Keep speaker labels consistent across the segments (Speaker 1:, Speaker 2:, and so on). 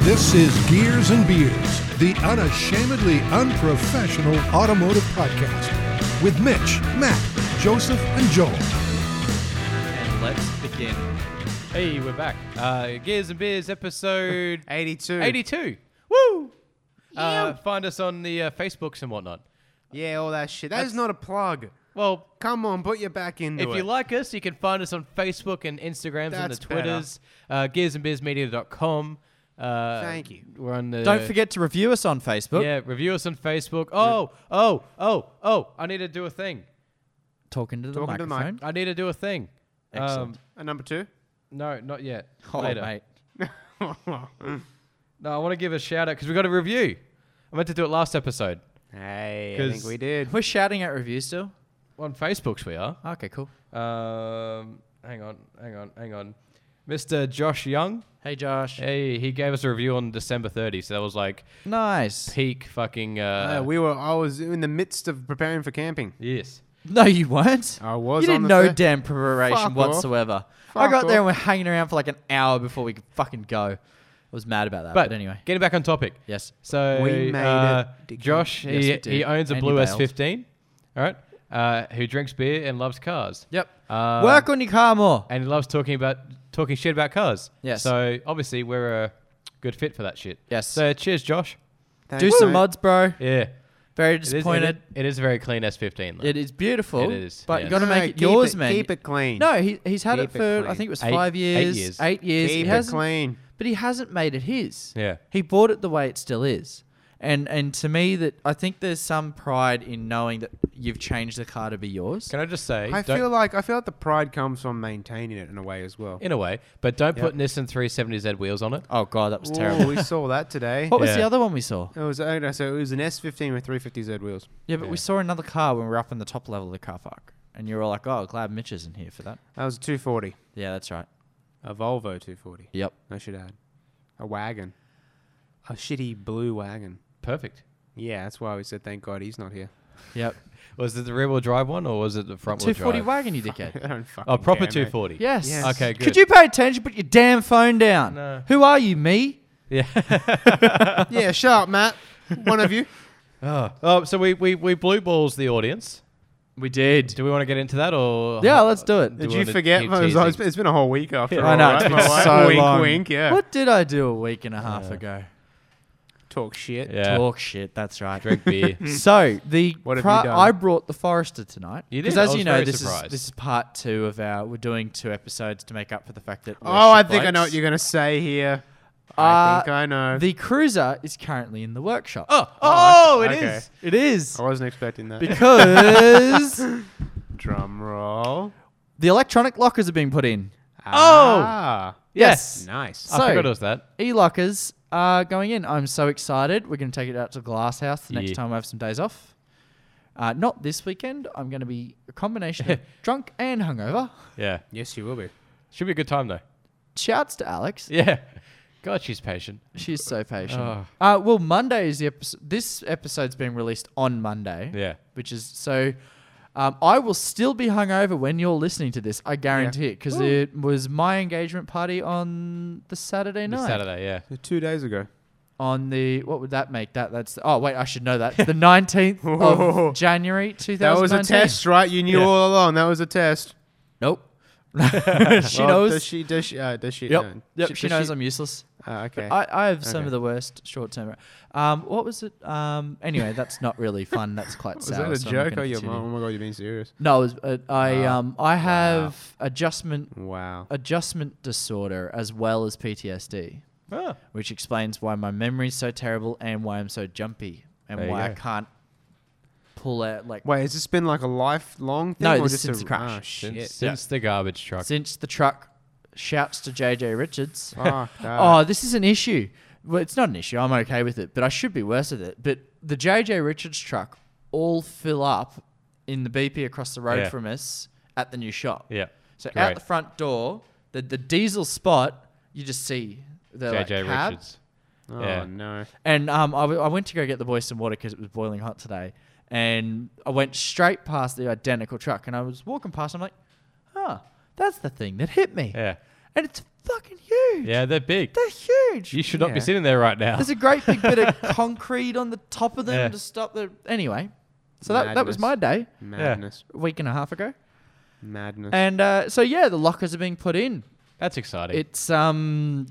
Speaker 1: This is Gears and Beers, the unashamedly unprofessional automotive podcast with Mitch, Matt, Joseph, and Joel.
Speaker 2: And let's begin. Hey, we're back. Uh, Gears and Beers episode
Speaker 3: 82.
Speaker 2: 82. Woo! Uh, find us on the uh, Facebooks and whatnot.
Speaker 3: Yeah, all that shit. That is not a plug.
Speaker 2: Well,
Speaker 3: Come on, put your back into
Speaker 2: if
Speaker 3: it.
Speaker 2: you like us, you can find us on Facebook and Instagrams and the
Speaker 3: That's better.
Speaker 2: Twitters. Uh, gearsandbeersmedia.com. Uh,
Speaker 3: Thank you.
Speaker 2: We're on the.
Speaker 4: Don't forget to review us on Facebook.
Speaker 2: Yeah, review us on Facebook. Oh, oh, oh, oh! I need to do a thing.
Speaker 4: Talking to the
Speaker 3: Talking to the mic.
Speaker 4: microphone.
Speaker 2: I need to Um, do a thing.
Speaker 4: Excellent.
Speaker 3: And number two?
Speaker 2: no, not yet.
Speaker 4: Oh,
Speaker 2: Later.
Speaker 4: mate.
Speaker 2: No, I want to give a shout out because we got a review. I meant to do it last episode
Speaker 3: Hey, I
Speaker 2: 'Cause-
Speaker 3: think we did.
Speaker 4: We're shouting out reviews still.
Speaker 2: on Facebooks. We are.
Speaker 4: Okay, cool.
Speaker 2: Um, hang on, hang on, hang on. Mr. Josh Young.
Speaker 4: Hey, Josh.
Speaker 2: Hey, he gave us a review on December 30, so that was like
Speaker 4: Nice.
Speaker 2: peak fucking. Uh,
Speaker 4: Ah,
Speaker 3: Uh, we were. I was in the midst of preparing for camping.
Speaker 2: yes.
Speaker 4: No, you weren't.
Speaker 3: I was
Speaker 4: You
Speaker 3: on
Speaker 4: didn't
Speaker 3: the
Speaker 4: know
Speaker 3: fir-
Speaker 4: damn preparation
Speaker 3: Fuck off.
Speaker 4: whatsoever. I
Speaker 3: Fuck
Speaker 4: got there
Speaker 3: off.
Speaker 4: and we're hanging around for like an hour before we could fucking go. I was mad about that. But,
Speaker 2: But
Speaker 4: anyway,
Speaker 2: getting back on topic.
Speaker 4: yes.
Speaker 2: So
Speaker 3: We made
Speaker 2: uh,
Speaker 3: it, dickhead.
Speaker 2: Josh,
Speaker 4: Yes,
Speaker 2: he,
Speaker 4: we did.
Speaker 2: he owns a
Speaker 4: And he
Speaker 2: blue
Speaker 4: bailed.
Speaker 2: S15, all right, uh, who drinks beer and loves cars.
Speaker 4: Yep.
Speaker 2: Um,
Speaker 4: Work on your car more.
Speaker 2: And he loves talking about talking shit about cars.
Speaker 4: Yes.
Speaker 2: So obviously we're a good fit for that shit.
Speaker 4: Yes.
Speaker 2: So cheers, Josh.
Speaker 3: Thanks,
Speaker 4: Do some
Speaker 3: mate.
Speaker 4: mods, bro.
Speaker 2: Yeah.
Speaker 4: Very
Speaker 2: It is- it
Speaker 4: disappointed.
Speaker 2: is- It is a very clean S15. Though.
Speaker 4: It is beautiful.
Speaker 2: It is,
Speaker 4: But
Speaker 2: yes.
Speaker 4: you got to
Speaker 3: No,
Speaker 4: make it
Speaker 3: keep
Speaker 4: yours,
Speaker 3: it-
Speaker 4: man.
Speaker 3: Keep it clean.
Speaker 4: No, he, he's had
Speaker 3: Keep
Speaker 4: it
Speaker 3: it
Speaker 4: for I
Speaker 3: clean.
Speaker 4: think it was
Speaker 2: Eight-
Speaker 4: five
Speaker 2: eight
Speaker 4: years,
Speaker 2: years.
Speaker 4: eight years.
Speaker 3: Keep
Speaker 4: he
Speaker 3: it
Speaker 4: hasn't,
Speaker 3: clean.
Speaker 4: but he hasn't made it his.
Speaker 2: Yeah.
Speaker 4: he bought it the way it still is, and and to me that I think there's some pride in knowing that you've changed the car to be yours.
Speaker 2: Can I just say?
Speaker 3: I
Speaker 2: don't-
Speaker 3: feel like I feel like the pride comes from maintaining it in a way as well.
Speaker 2: in a way, but don't put Nissan 370Z wheels on it.
Speaker 4: oh god, that was
Speaker 3: Ooh,
Speaker 4: terrible.
Speaker 3: we saw that today.
Speaker 4: what was the
Speaker 2: Yeah.
Speaker 4: other one we saw?
Speaker 3: It was okay, so it was an S15 with 350Z wheels.
Speaker 4: Yeah, but we saw another car when we were up on the top level of the car park, and you were all like, "Oh, glad Mitch isn't here for that."
Speaker 3: That was a 240,
Speaker 4: Yeah, that's right.
Speaker 3: a Volvo 240.
Speaker 4: Yep.
Speaker 3: I should add, a wagon, a shitty blue wagon.
Speaker 2: Perfect.
Speaker 3: Yeah, that's why we said thank God he's not here.
Speaker 4: Yep.
Speaker 2: Was it the rear wheel drive one or was it the front wheel
Speaker 4: Two forty
Speaker 2: drive?
Speaker 4: wagon, you dickhead.
Speaker 3: I don't fucking
Speaker 2: Oh, proper
Speaker 3: care, mate.
Speaker 2: 240.
Speaker 4: Yes.
Speaker 3: Yes.
Speaker 2: Okay, good.
Speaker 4: Could you pay attention? Put your damn phone down.
Speaker 2: No.
Speaker 4: Who are you, me?
Speaker 3: yeah, shut up, Matt. One of you.
Speaker 2: Oh, oh, so we, we, we blue balls the audience.
Speaker 4: We did.
Speaker 2: Do we want to get into that or?
Speaker 4: Yeah, let's do it.
Speaker 3: Did
Speaker 2: Do you
Speaker 3: you
Speaker 2: wanna
Speaker 3: forget?
Speaker 2: keep
Speaker 3: It was- it's
Speaker 2: teasing?
Speaker 3: been- it's been a whole week after.
Speaker 4: I
Speaker 3: all,
Speaker 4: know
Speaker 3: right?
Speaker 4: it's been
Speaker 3: My wife-
Speaker 4: so
Speaker 3: wink,
Speaker 4: long.
Speaker 3: wink. Yeah.
Speaker 4: What did I do a week and a half ago?
Speaker 3: Talk shit.
Speaker 2: Yeah.
Speaker 4: Talk shit. That's right.
Speaker 2: Drink beer.
Speaker 4: so the
Speaker 3: What have
Speaker 4: pri-
Speaker 3: you done?
Speaker 4: I brought the Forester tonight.
Speaker 2: You
Speaker 4: Because
Speaker 2: did? I
Speaker 4: as
Speaker 2: was
Speaker 4: you know,
Speaker 2: very
Speaker 4: this
Speaker 2: surprised.
Speaker 4: is this is part two of our. We're doing two episodes to make up for the fact that. we're
Speaker 3: Oh, I
Speaker 4: shit
Speaker 3: think I know what
Speaker 4: blokes.
Speaker 3: you're gonna say here. I
Speaker 4: Uh,
Speaker 3: think I know.
Speaker 4: The cruiser is currently in the workshop.
Speaker 2: oh, oh, it is.
Speaker 3: okay.
Speaker 4: It is
Speaker 3: I wasn't expecting that.
Speaker 4: because
Speaker 3: Drum roll.
Speaker 4: the electronic lockers are being put in.
Speaker 3: Ah,
Speaker 4: Yes.
Speaker 3: nice.
Speaker 2: I
Speaker 4: So-
Speaker 2: forgot it was that.
Speaker 4: E-lockers are going in. I'm so excited. We're going to take it out to the glass house the next
Speaker 2: Yeah.
Speaker 4: time I have some days off. Uh, not this weekend. I'm going to be a combination of drunk and hungover.
Speaker 2: Yeah.
Speaker 3: Yes, you will be.
Speaker 2: Should be a good time though.
Speaker 4: Shouts to Alex.
Speaker 2: Yeah. God, she's patient.
Speaker 4: She's so patient.
Speaker 2: Oh.
Speaker 4: Uh, well, Monday is the episode. This episode's been released on Monday.
Speaker 2: Yeah.
Speaker 4: Which is so. Um, I will still be hungover when you're listening to this. I guarantee it, 'cause it because it was my engagement party on the Saturday
Speaker 2: This
Speaker 4: night.
Speaker 2: Saturday, yeah.
Speaker 3: Two days ago.
Speaker 4: on the what would that make that that's oh wait I should know that the 19th of January 2019
Speaker 3: That was a test, right? You knew
Speaker 2: Yeah.
Speaker 3: all along. That was a test.
Speaker 4: nope she
Speaker 3: Well,
Speaker 4: knows
Speaker 3: Does she? Does she? Uh, does she?
Speaker 4: yep
Speaker 3: know?
Speaker 4: yep she,
Speaker 3: Does
Speaker 4: knows I'm useless
Speaker 3: Ah, okay.
Speaker 4: I, I have some
Speaker 3: Okay.
Speaker 4: of the worst short term um what was it um anyway that's not really fun that's quite
Speaker 3: Was
Speaker 4: sour
Speaker 3: that a
Speaker 4: so I'm not
Speaker 3: joke?
Speaker 4: gonna
Speaker 3: Oh, your
Speaker 4: continue.
Speaker 3: mom. Oh my god, you're being serious.
Speaker 4: no it was, uh, I um I have adjustment
Speaker 3: Wow.
Speaker 4: adjustment disorder as well as PTSD
Speaker 2: Oh.
Speaker 4: which explains why my memory's so terrible and why I'm so jumpy and
Speaker 2: There you
Speaker 4: why I
Speaker 2: go.
Speaker 4: can't pull out like
Speaker 3: Wait, has this been like a lifelong thing?
Speaker 4: No,
Speaker 3: or
Speaker 4: this
Speaker 3: just
Speaker 4: is since
Speaker 3: a,
Speaker 4: the crash.
Speaker 3: Ah,
Speaker 2: Since,
Speaker 3: shit.
Speaker 2: since the garbage truck.
Speaker 4: since the truck shouts to JJ Richards.
Speaker 3: Fuck
Speaker 4: oh,
Speaker 3: that.
Speaker 4: this is an issue. Well, it's not an issue. I'm okay with it, but I should be worse with it. But the JJ Richards truck all fill up in the BP across the road
Speaker 2: Yeah.
Speaker 4: from us at the new shop.
Speaker 2: yeah.
Speaker 4: So out
Speaker 2: Great.
Speaker 4: the front door, the the diesel spot, you just see the like,
Speaker 2: JJ
Speaker 4: cab.
Speaker 2: Richards.
Speaker 3: Oh,
Speaker 2: yeah.
Speaker 3: no.
Speaker 4: And um, I, w- I went to go get the boys some water because it was boiling hot today. And I went straight past the identical truck, and I was walking past. I'm like, "Huh, that's the thing that hit me."
Speaker 2: Yeah.
Speaker 4: And it's fucking huge.
Speaker 2: Yeah, they're big.
Speaker 4: They're huge.
Speaker 2: You should not be
Speaker 3: Yeah.
Speaker 2: sitting there right now.
Speaker 4: There's a great big bit of concrete on the top of them
Speaker 2: Yeah.
Speaker 4: to stop the. Anyway, so that, that was
Speaker 3: Madness.
Speaker 4: my day
Speaker 3: Madness.
Speaker 4: a week and a half ago.
Speaker 3: Madness.
Speaker 4: And uh, so, yeah, the lockers are being put in.
Speaker 2: That's exciting.
Speaker 4: It's. um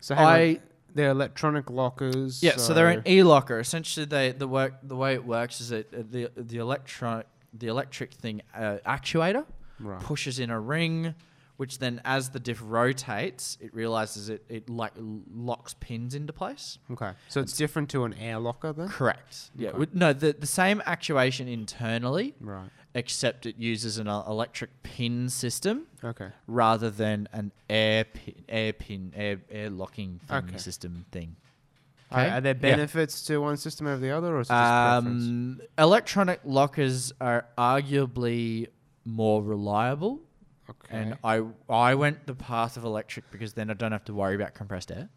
Speaker 3: so hang on.
Speaker 4: I-
Speaker 3: they're electronic lockers.
Speaker 4: Yeah, so, they're an e-locker. Essentially, they the work the way it works is that uh, the the electronic the electric thing uh, actuator
Speaker 3: Right.
Speaker 4: pushes in a ring, which then as the diff rotates, it realizes it it like locks pins into place.
Speaker 3: Okay. So it's different to an air locker then?
Speaker 4: Correct. Yeah.
Speaker 3: Okay.
Speaker 4: with- No, the the same actuation internally,
Speaker 3: Right.
Speaker 4: except it uses an uh, electric pin system
Speaker 3: Okay.
Speaker 4: rather than an air pin air pin air air locking thing
Speaker 3: Okay.
Speaker 4: system thing.
Speaker 3: Are,
Speaker 4: Okay.
Speaker 3: are there
Speaker 2: Yeah.
Speaker 3: benefits to one system over the other, or is it just preference?
Speaker 4: Um, electronic lockers are arguably more reliable,
Speaker 3: Okay.
Speaker 4: and I I went the path of electric because then I don't have to worry about compressed air.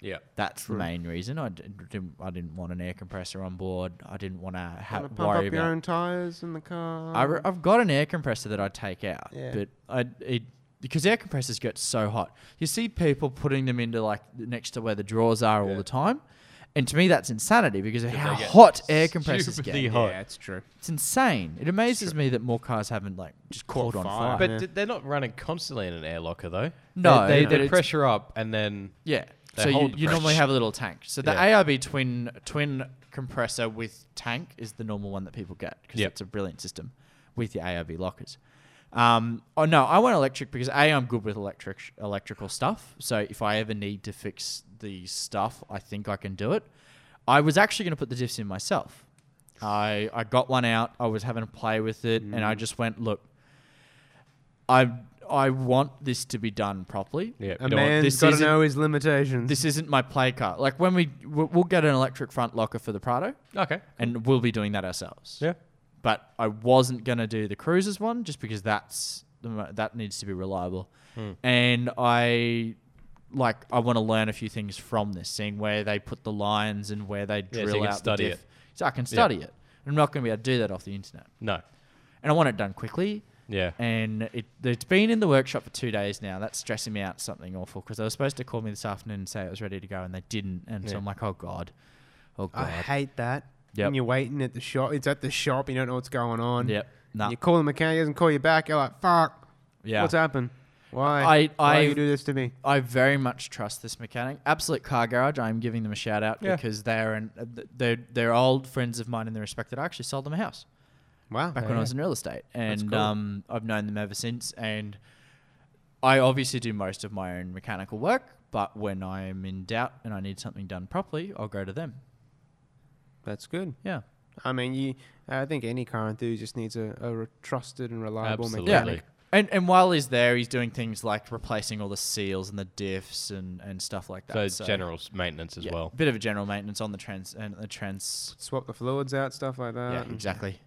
Speaker 2: yeah.
Speaker 4: That's the main reason I didn't, didn't I didn't want an air compressor on board. I didn't want to ha-
Speaker 3: Wanna pump up
Speaker 4: worry
Speaker 3: your
Speaker 4: about.
Speaker 3: own tires in the car.
Speaker 4: I re- I've got an air compressor that I take out,
Speaker 3: Yeah.
Speaker 4: but I it because air compressors get so hot. You see people putting them into like next to where the drawers are all
Speaker 2: Yeah.
Speaker 4: the time. And to me, that's insanity because of
Speaker 2: They
Speaker 4: how
Speaker 2: get
Speaker 4: hot air compressors get.
Speaker 2: stupidly hot.
Speaker 3: yeah, it's true.
Speaker 4: It's insane. It amazes me that more cars haven't like just caught,
Speaker 3: Caught
Speaker 4: on fire.
Speaker 3: fire.
Speaker 2: But
Speaker 3: Yeah.
Speaker 2: d- they're not running constantly in an air locker though. they,
Speaker 4: No, but
Speaker 2: they, they
Speaker 4: it's-
Speaker 2: pressure up and then
Speaker 4: yeah,
Speaker 2: They
Speaker 4: so you,
Speaker 2: hold the
Speaker 4: you normally
Speaker 2: pressure.
Speaker 4: have a little tank. So the
Speaker 2: Yeah.
Speaker 4: AIB twin twin compressor with tank is the normal one that people get because
Speaker 2: Yep.
Speaker 4: it's a brilliant system with the AIB lockers. Um, oh no, I went electric because a I'm good with electric electrical stuff. So if I ever need to fix the stuff, I think I can do it. I was actually going to put the diffs in myself. I I got one out. I was having a play with it, and
Speaker 2: Mm.
Speaker 4: I just went, look, I I want this to be done properly.
Speaker 2: yeah,
Speaker 3: A
Speaker 2: you don't want-
Speaker 3: man's
Speaker 4: this
Speaker 3: got to
Speaker 4: isn't-
Speaker 3: know his limitations.
Speaker 4: This isn't my play car. Like when we we'll we'll get an electric front locker for the Prado,
Speaker 2: okay.
Speaker 4: and we'll be doing that ourselves.
Speaker 2: Oh. Yeah.
Speaker 4: But I wasn't gonna do the Cruisers one just because that's the mo- that needs to be reliable,
Speaker 2: Hmm.
Speaker 4: and I like I want to learn a few things from this, seeing where they put the lines and where they
Speaker 2: so you
Speaker 4: drill
Speaker 2: can
Speaker 4: out
Speaker 2: study
Speaker 4: the
Speaker 2: it.
Speaker 4: diff. So I can study it. I'm not gonna be able to do that off the internet,
Speaker 2: No.
Speaker 4: and I want it done quickly.
Speaker 2: Yeah.
Speaker 4: And it, it's been in the workshop for two days now. That's stressing me out something awful because they were supposed to call me this afternoon and say it was ready to go, and they didn't. And
Speaker 2: Yeah.
Speaker 4: so I'm like, oh god, oh
Speaker 3: I
Speaker 4: god.
Speaker 3: hate that.
Speaker 4: Yep.
Speaker 3: And you're waiting at the shop. It's at the shop. You don't know what's going on.
Speaker 4: Yep.
Speaker 3: And
Speaker 4: Nah.
Speaker 3: You call the mechanic. He doesn't call you back. You're like, fuck.
Speaker 4: Yeah.
Speaker 3: What's happened? Why?
Speaker 4: I-
Speaker 3: Why
Speaker 4: I-
Speaker 3: you do this to me?
Speaker 4: I very much trust this mechanic. Absolute Car Garage. I am giving them a shout out
Speaker 2: Yeah.
Speaker 4: because they're an, uh, th- they're they're old friends of mine in the respect that I actually sold them a house
Speaker 3: Wow.
Speaker 4: back when I was in real estate, and
Speaker 3: cool.
Speaker 4: um, I've known them ever since. And I obviously do most of my own mechanical work, but when I am in doubt and I need something done properly, I'll go to them.
Speaker 3: That's good.
Speaker 4: Yeah.
Speaker 3: I mean, you. I think any car enthusiast needs a, a re- trusted and reliable
Speaker 2: Absolutely.
Speaker 3: mechanic.
Speaker 2: Really.
Speaker 4: And and while he's there, he's doing things like replacing all the seals and the diffs and, and stuff like
Speaker 2: So,
Speaker 4: that.
Speaker 2: general s- maintenance as
Speaker 4: uh, yeah,
Speaker 2: well.
Speaker 4: bit of a general maintenance on the trans and the trans.
Speaker 3: Swap the fluids out, stuff like that.
Speaker 4: Yeah,
Speaker 3: and
Speaker 4: exactly.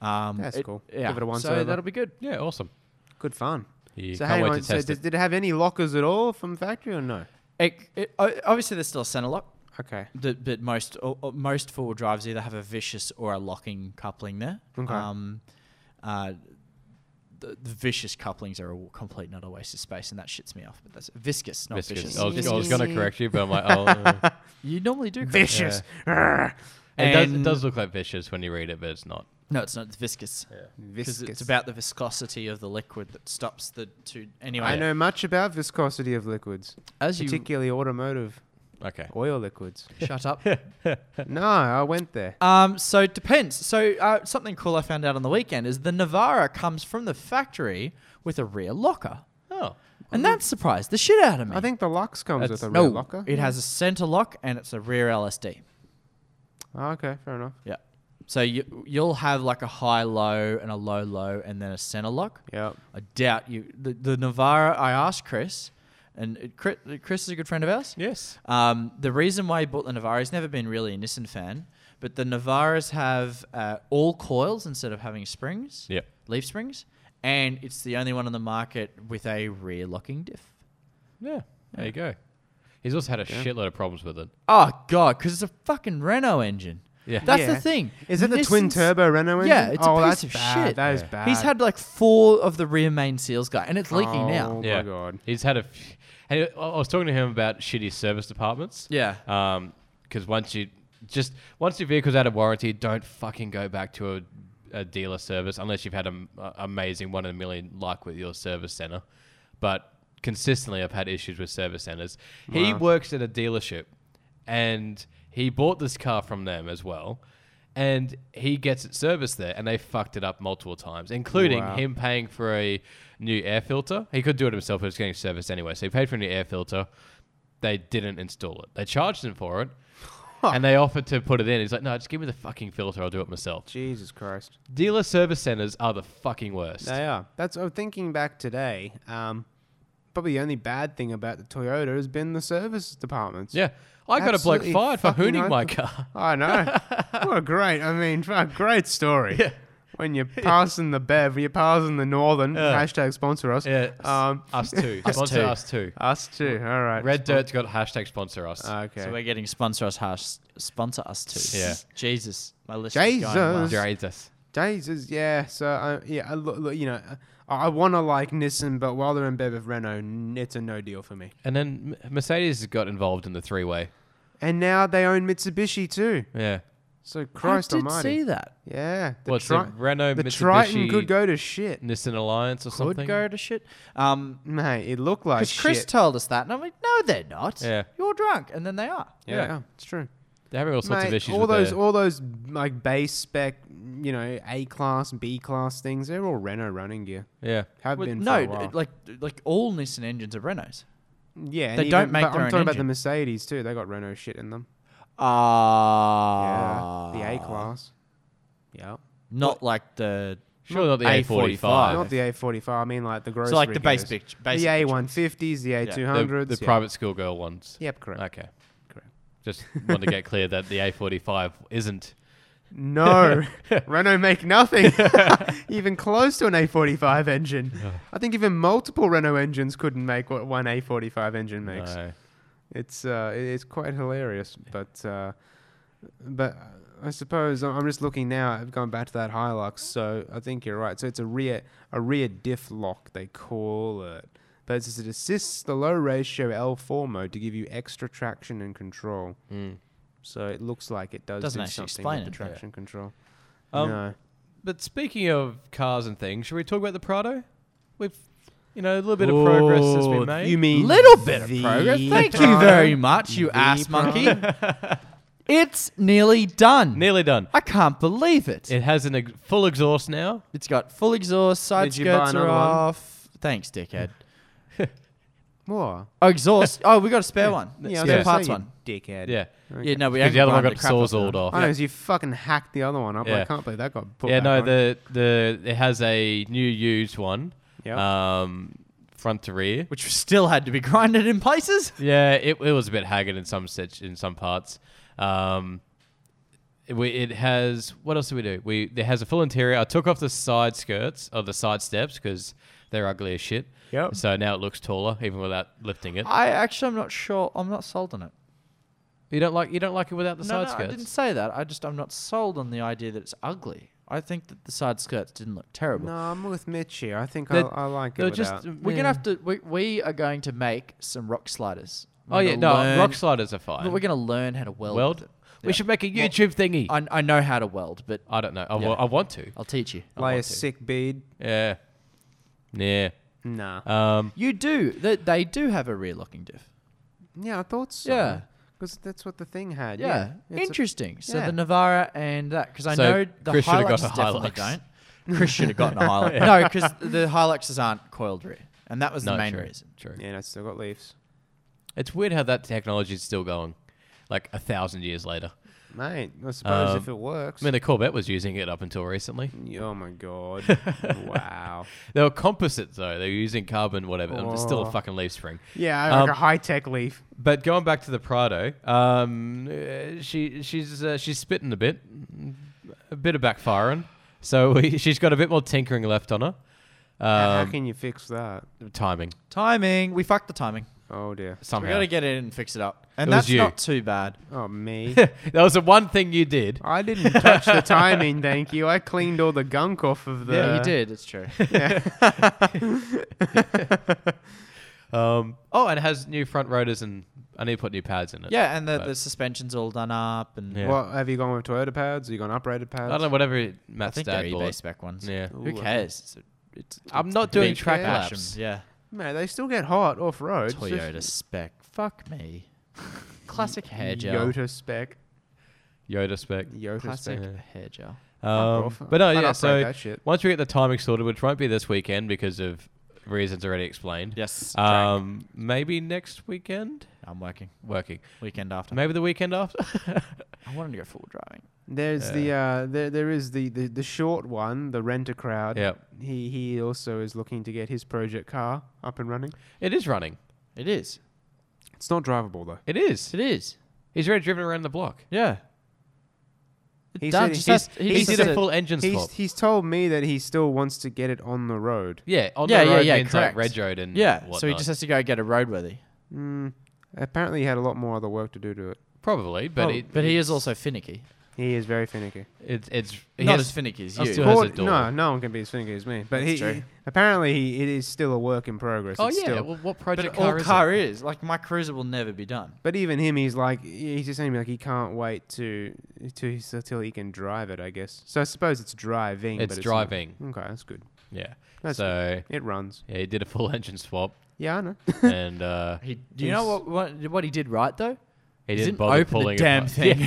Speaker 4: Um,
Speaker 3: That's cool. Uh,
Speaker 4: Yeah.
Speaker 3: Give it a once
Speaker 4: so
Speaker 3: over.
Speaker 4: that'll be good.
Speaker 2: Yeah, awesome.
Speaker 3: Good fun.
Speaker 2: You
Speaker 3: so
Speaker 2: can't
Speaker 3: hang
Speaker 2: wait
Speaker 3: on.
Speaker 2: to
Speaker 3: So
Speaker 2: test
Speaker 3: did,
Speaker 2: it.
Speaker 3: did it have any lockers at all from factory or no?
Speaker 4: It, it, o- obviously, there's still a center lock.
Speaker 3: Okay.
Speaker 4: The, but most o- o- most four wheel drives either have a vicious or a locking coupling there.
Speaker 3: Okay.
Speaker 4: Um, uh, the, the vicious couplings are a w- complete not a waste of space, and that shits me off. But that's viscous, not
Speaker 2: Viscous.
Speaker 4: vicious.
Speaker 2: I was, I was
Speaker 4: Viscous.
Speaker 2: going to correct you, but I'm like, oh. uh,
Speaker 4: You normally do. correct me.
Speaker 3: Vicious. Arrgh.
Speaker 2: it, does, it
Speaker 4: And-
Speaker 2: does look like vicious when you read it, but it's not.
Speaker 4: No, it's not. It's viscous. Because
Speaker 3: Viscous.
Speaker 4: it's about the viscosity of the liquid that stops the two. Anyway,
Speaker 3: I know much about viscosity of liquids,
Speaker 4: As you
Speaker 3: particularly automotive
Speaker 2: Okay.
Speaker 3: oil liquids.
Speaker 4: shut up.
Speaker 3: no, I went there.
Speaker 4: Um, so it depends. So uh, something cool I found out on the weekend is the Navara comes from the factory with a rear locker,
Speaker 2: Oh.
Speaker 4: and that surprised the shit out of me.
Speaker 3: I think the locks comes with
Speaker 2: That's-
Speaker 3: a
Speaker 4: no,
Speaker 3: rear locker.
Speaker 4: it has a center lock and it's a rear LSD.
Speaker 3: Oh, okay, fair enough.
Speaker 4: Yeah. So you you'll have like a high low and a low low and then a center lock.
Speaker 3: Yep.
Speaker 4: I doubt you. The, the Navara. I asked Chris, and it, Chris, Chris is a good friend of ours.
Speaker 2: Yes.
Speaker 4: Um, the reason why he bought the Navara, he's never been really a Nissan fan, but the Navaras have uh, all coils instead of having springs,
Speaker 2: Yep.
Speaker 4: leaf springs, and it's the only one on the market with a rear locking diff.
Speaker 2: Yeah. There you go. He's also had a shitload of problems with it.
Speaker 4: Oh god, because it's a fucking Renault engine.
Speaker 2: Yeah.
Speaker 4: that's the
Speaker 3: Ah, Yeah.
Speaker 4: thing.
Speaker 3: Is it the twin
Speaker 4: Nissan's-
Speaker 3: turbo Renault engine?
Speaker 4: Yeah, it's a
Speaker 3: oh,
Speaker 4: piece
Speaker 3: that's
Speaker 4: of
Speaker 3: bad.
Speaker 4: shit.
Speaker 3: That is
Speaker 2: Yeah.
Speaker 3: bad.
Speaker 4: He's had like four of the rear main seals guy, and it's leaking
Speaker 3: Oh
Speaker 4: now.
Speaker 3: my
Speaker 2: yeah.
Speaker 3: God.
Speaker 2: He's had a. F- And I I was talking to him about shitty service departments.
Speaker 4: Yeah.
Speaker 2: Um, because once you just once your vehicle's out of warranty, don't fucking go back to a, a dealer service unless you've had an amazing one in a million, like with your service center. But consistently, I've had issues with service centers. He works at a dealership, and he bought this car from them as well. And he gets it serviced there, and they fucked it up multiple times, including
Speaker 3: Wow.
Speaker 2: him him paying for a new air filter. He could do it himself, but it's getting serviced anyway. So he paid for a new air filter. They didn't install it. They charged him for it. and they offered to put it in. He's like, no, just give me the fucking filter. I'll do it myself.
Speaker 3: Jesus Christ.
Speaker 2: Dealer service centers are the fucking worst.
Speaker 3: They are. That's I'm thinking back today. Um, probably the only bad thing about the Toyota has been the service departments.
Speaker 2: yeah. I got a bloke
Speaker 3: Absolutely
Speaker 2: fired for
Speaker 3: fucking
Speaker 2: hooning my
Speaker 3: hopeful.
Speaker 2: car.
Speaker 3: I know. what a great. I mean, fuck, great story. Yeah. When you're passing the Bev, you're passing the Northern. hashtag sponsor us.
Speaker 2: Yeah.
Speaker 3: Um,
Speaker 2: us too. Sponsor
Speaker 4: too.
Speaker 2: us too.
Speaker 3: us too. All right.
Speaker 2: Red
Speaker 3: Spon- Uh,
Speaker 2: Dirt's got hashtag sponsor us.
Speaker 3: Okay.
Speaker 4: So we're getting sponsor us, has, sponsor us too.
Speaker 2: Yeah.
Speaker 4: Jesus, my list. is going wild.
Speaker 3: Jesus.
Speaker 2: Drains us.
Speaker 3: Jesus. Yeah. So I, yeah, I, look, look, you know, uh, I, I want to like Nissan, but while they're in bed with Renault, n- it's a no deal for me.
Speaker 2: And then M- Mercedes has got involved in the three way.
Speaker 3: And now they own Mitsubishi too.
Speaker 2: Yeah.
Speaker 3: So Christ
Speaker 4: I did
Speaker 3: Almighty.
Speaker 4: see that.
Speaker 3: Yeah. The
Speaker 2: What's
Speaker 3: Tri-
Speaker 2: a Renault
Speaker 3: the
Speaker 2: Mitsubishi
Speaker 3: Triton could go to shit.
Speaker 2: Nissan Alliance or
Speaker 4: Could
Speaker 2: something?
Speaker 4: go to shit. Um,
Speaker 3: Mate, it looked like
Speaker 4: because
Speaker 3: Oh, shit.
Speaker 4: Chris told us that, and I'm like, no, they're not.
Speaker 2: Yeah.
Speaker 4: You're drunk, and then they are.
Speaker 3: yeah.
Speaker 2: Yeah.
Speaker 3: it's true.
Speaker 2: They're having all sorts
Speaker 3: Mate,
Speaker 2: of issues
Speaker 3: all
Speaker 2: with
Speaker 3: those
Speaker 2: their-
Speaker 3: all those like base spec, you know, A class, B class things, they're all Renault running gear.
Speaker 2: Yeah.
Speaker 3: Have
Speaker 4: Well,
Speaker 3: been
Speaker 4: no,
Speaker 3: for a while.
Speaker 4: like like all Nissan engines are Renaults.
Speaker 3: yeah, and
Speaker 4: they don't
Speaker 3: even-
Speaker 4: make
Speaker 3: but
Speaker 4: their
Speaker 3: I'm
Speaker 4: own
Speaker 3: talking about the
Speaker 4: engine.
Speaker 3: Mercedes too. They got Renault shit in them.
Speaker 4: Ah,
Speaker 3: yeah, the A class. Yeah,
Speaker 4: Not like the
Speaker 2: Sure, not the A45.
Speaker 3: not the A45. I mean, like the grocery.
Speaker 4: so like the base
Speaker 3: gears.
Speaker 4: bitch,
Speaker 3: The
Speaker 4: basic
Speaker 3: A150s, the
Speaker 2: the,
Speaker 3: A200s,
Speaker 2: the
Speaker 3: yeah.
Speaker 2: private school girl ones.
Speaker 3: Yep, correct.
Speaker 2: Okay.
Speaker 3: Correct.
Speaker 2: Just want to get clear that the A45 isn't.
Speaker 3: No, Renault make nothing even close to an A45 engine. I think even multiple Renault engines couldn't make what one A45 engine makes.
Speaker 2: No.
Speaker 3: It's uh, it- it's quite hilarious, but uh, but I suppose I'm I'm just looking now. I've gone back to that Hilux, so I think you're right. So it's a rear a rear diff lock they call it, but it's just, it assists the low ratio L4 mode to give you extra traction and control. So it looks like it does
Speaker 4: Hmm. Doesn't
Speaker 3: do
Speaker 4: actually
Speaker 3: something with
Speaker 4: explain
Speaker 3: the
Speaker 4: it, yeah.
Speaker 3: traction control.
Speaker 2: Um,
Speaker 3: no.
Speaker 2: But speaking of cars and things, should we talk about the Prado? We've, you know, a little bit of progress has been made.
Speaker 3: mean
Speaker 4: little bit of progress. Thank you very much, you
Speaker 3: The
Speaker 4: ass monkey. it's nearly done.
Speaker 2: Nearly done.
Speaker 4: I can't believe it.
Speaker 2: It has an ex- full exhaust now.
Speaker 4: It's got full exhaust, side
Speaker 3: Did you buy
Speaker 4: skirts are
Speaker 3: another one?
Speaker 4: off. Thanks, dickhead.
Speaker 3: What?
Speaker 4: Oh, exhaust. oh, we got a spare one.
Speaker 3: Yeah, I was
Speaker 4: spare
Speaker 3: gonna
Speaker 4: parts
Speaker 3: say, you
Speaker 4: one.
Speaker 3: Dickhead.
Speaker 2: Yeah.
Speaker 4: Yeah, no, we
Speaker 2: Because the other
Speaker 4: actually
Speaker 2: one
Speaker 4: lined
Speaker 2: got
Speaker 4: the crap up
Speaker 2: sawzalled
Speaker 4: now.
Speaker 2: off.
Speaker 3: I know, 'cause Oh, you fucking hacked the other one up.
Speaker 2: Yeah.
Speaker 3: I can't believe that got put
Speaker 2: yeah,
Speaker 3: back
Speaker 2: no,
Speaker 3: on.
Speaker 2: the the it has a new used one.
Speaker 3: Yep.
Speaker 2: Um, front to rear.
Speaker 4: Which still had to be grinded in places.
Speaker 2: Yeah, it, it was a bit haggard in some sit- in some parts. Um, it, we, it has what else do we do? We it has a full interior. I took off the side skirts or the side steps because they're ugly as shit.
Speaker 3: Yep.
Speaker 2: So now it looks taller even without lifting it.
Speaker 4: I actually, I'm not sure. I'm not sold on it.
Speaker 2: You don't like you don't like it without the
Speaker 4: no,
Speaker 2: side
Speaker 4: no, I
Speaker 2: skirts.
Speaker 4: didn't say that. I just, I'm not sold on the idea that it's ugly. I think that the side skirts didn't look terrible.
Speaker 3: No, I'm with Mitch here. I think
Speaker 2: They're-
Speaker 3: I, I like it.
Speaker 2: they're
Speaker 3: without.
Speaker 2: just
Speaker 4: We're gonna have to. We, we are going to make some rock sliders. We're
Speaker 2: Oh
Speaker 4: gonna
Speaker 2: yeah, no,
Speaker 4: learn-
Speaker 2: rock sliders are fine.
Speaker 4: But we're gonna learn how to weld.
Speaker 2: weld.
Speaker 4: with it.
Speaker 2: We should make a YouTube thingy. I,
Speaker 4: I, I know how to weld, but
Speaker 2: don't know. I, wa-
Speaker 4: Yeah.
Speaker 2: I want to.
Speaker 4: I'll teach you.
Speaker 2: I
Speaker 3: lay a
Speaker 2: want to.
Speaker 3: sick bead.
Speaker 2: Yeah. Yeah.
Speaker 3: Nah.
Speaker 2: Um,
Speaker 4: You do. They, they do have a rear locking diff.
Speaker 3: yeah, I thought so.
Speaker 4: Yeah.
Speaker 3: Because that's what the thing had.
Speaker 4: Yeah,
Speaker 3: Yeah. It's a-
Speaker 4: interesting. so
Speaker 3: yeah.
Speaker 4: the Navara and that because I
Speaker 2: So
Speaker 4: know the
Speaker 2: Chris should've
Speaker 4: Hilux
Speaker 2: got a
Speaker 4: definitely
Speaker 2: Hilux.
Speaker 4: don't. Chris should have gotten a Hilux. No, because the Hiluxes aren't coiled rear, and that was
Speaker 2: no,
Speaker 4: the main
Speaker 2: true,
Speaker 4: reason.
Speaker 2: True.
Speaker 3: yeah, and it's still got leaves.
Speaker 2: It's weird how that technology is still going, like a thousand years later.
Speaker 3: Mate, I suppose
Speaker 2: Um,
Speaker 3: if it works.
Speaker 2: I mean, the Corvette was using it up until recently.
Speaker 3: Y- oh my god. wow.
Speaker 2: They were composites, though. They were using carbon, whatever. It's still a
Speaker 3: Oh.
Speaker 2: fucking leaf spring.
Speaker 3: Yeah,
Speaker 2: Um,
Speaker 3: like a high tech leaf.
Speaker 2: But going back to the Prado, um, uh, she she's uh, she's spitting a bit, a bit of backfiring. So we, she's got a bit more tinkering left on her.
Speaker 3: How-
Speaker 2: Um,
Speaker 3: How can you fix that?
Speaker 2: timing
Speaker 4: Timing. We fucked the timing.
Speaker 3: Oh dear.
Speaker 4: We
Speaker 2: somehow.
Speaker 4: got to get in and fix it up. And
Speaker 2: It was
Speaker 4: that's
Speaker 2: you.
Speaker 4: not too bad.
Speaker 3: Oh me.
Speaker 2: that was the one thing you did.
Speaker 3: I didn't touch the timing, thank you. I cleaned all the gunk off of the.
Speaker 4: yeah, you did. It's true.
Speaker 2: Um, oh, and it has new front rotors and I need to put new pads in it.
Speaker 4: Yeah, and the,
Speaker 2: But-
Speaker 4: the suspension's all done up, and
Speaker 2: Yeah.
Speaker 3: Well, have you gone with Toyota pads? Have you gone uprated pads?
Speaker 2: I don't know whatever
Speaker 4: I
Speaker 2: Matt's
Speaker 4: think they're
Speaker 2: dad
Speaker 4: eBay
Speaker 2: bought.
Speaker 4: spec ones.
Speaker 2: Yeah.
Speaker 4: Who
Speaker 3: Ooh, I-
Speaker 4: cares? It's, a- it's,
Speaker 2: I'm
Speaker 4: it's
Speaker 2: not
Speaker 4: the
Speaker 2: doing
Speaker 4: big
Speaker 2: track
Speaker 4: fashion.
Speaker 2: laps.
Speaker 4: Yeah,
Speaker 3: Man, they still get hot off road.
Speaker 4: Toyota spec. Fuck me. Classic hair gel.
Speaker 3: Toyota spec.
Speaker 2: Yoda spec.
Speaker 3: Yota
Speaker 4: Classic
Speaker 3: spec.
Speaker 2: Yeah.
Speaker 4: hair gel.
Speaker 2: Um,
Speaker 3: off.
Speaker 2: but no,
Speaker 3: I'd
Speaker 2: yeah.
Speaker 3: upgrade
Speaker 2: So
Speaker 3: that shit.
Speaker 2: once we get the timing sorted, which won't be this weekend because of reasons already explained.
Speaker 4: Yes. track.
Speaker 2: Um, maybe next weekend.
Speaker 4: Uh, I'm working
Speaker 2: Working.
Speaker 4: weekend after.
Speaker 2: Maybe the weekend after.
Speaker 4: I wanted to go full driving.
Speaker 3: There's the uh, there there is the, the the short one, the renter crowd.
Speaker 2: Yep.
Speaker 3: He he also is looking to get his project car up and running.
Speaker 2: it is running.
Speaker 4: It is.
Speaker 3: It's not drivable though.
Speaker 2: It is.
Speaker 4: It is.
Speaker 2: He's already driven around the block.
Speaker 4: Yeah.
Speaker 3: He
Speaker 4: does,
Speaker 3: said
Speaker 4: just
Speaker 3: he-
Speaker 4: has-
Speaker 2: He,
Speaker 4: just
Speaker 2: did
Speaker 4: has
Speaker 2: a
Speaker 4: to-
Speaker 2: full engine swap.
Speaker 3: He's he's told me that he still wants to get it on the road.
Speaker 2: yeah, on
Speaker 4: Yeah,
Speaker 2: the
Speaker 4: yeah,
Speaker 2: road
Speaker 4: yeah,
Speaker 2: means like
Speaker 4: correct.
Speaker 2: red road and
Speaker 4: Yeah. So he
Speaker 2: whatnot.
Speaker 4: just has to go get a roadworthy.
Speaker 3: Mm, apparently, he had a lot more other work to do to it.
Speaker 2: probably, but
Speaker 4: Oh,
Speaker 2: it,
Speaker 4: but he is also finicky.
Speaker 3: He is very finicky.
Speaker 2: it's it's he
Speaker 4: Not
Speaker 2: has-
Speaker 4: as finicky as
Speaker 2: I
Speaker 4: you.
Speaker 2: still has a
Speaker 3: Or-
Speaker 2: door.
Speaker 3: No, no one can be as finicky as me. But
Speaker 4: That's
Speaker 3: he,
Speaker 4: true.
Speaker 3: he- apparently he, it is still a work in progress.
Speaker 2: Oh
Speaker 3: It's
Speaker 2: yeah.
Speaker 3: still-
Speaker 2: well, what
Speaker 4: but
Speaker 2: project car
Speaker 4: all
Speaker 2: is
Speaker 4: car
Speaker 2: it?
Speaker 4: is like my cruiser will never be done.
Speaker 3: but even him, he's like he's just saying like he can't wait to to until he can drive it. I guess. So I suppose it's driving.
Speaker 2: It's
Speaker 3: but
Speaker 2: driving.
Speaker 3: It's not. Okay, that's good.
Speaker 2: Yeah.
Speaker 3: That's
Speaker 2: so
Speaker 3: It runs.
Speaker 2: yeah, he did a full engine swap
Speaker 3: Yeah, I know.
Speaker 2: and uh,
Speaker 4: He, do you know
Speaker 2: He's-
Speaker 4: what, what what he did right though?
Speaker 2: he
Speaker 4: He
Speaker 2: didn't
Speaker 4: didn't
Speaker 2: bother
Speaker 4: open the
Speaker 2: pulling it
Speaker 4: damn
Speaker 2: apart.
Speaker 4: thing.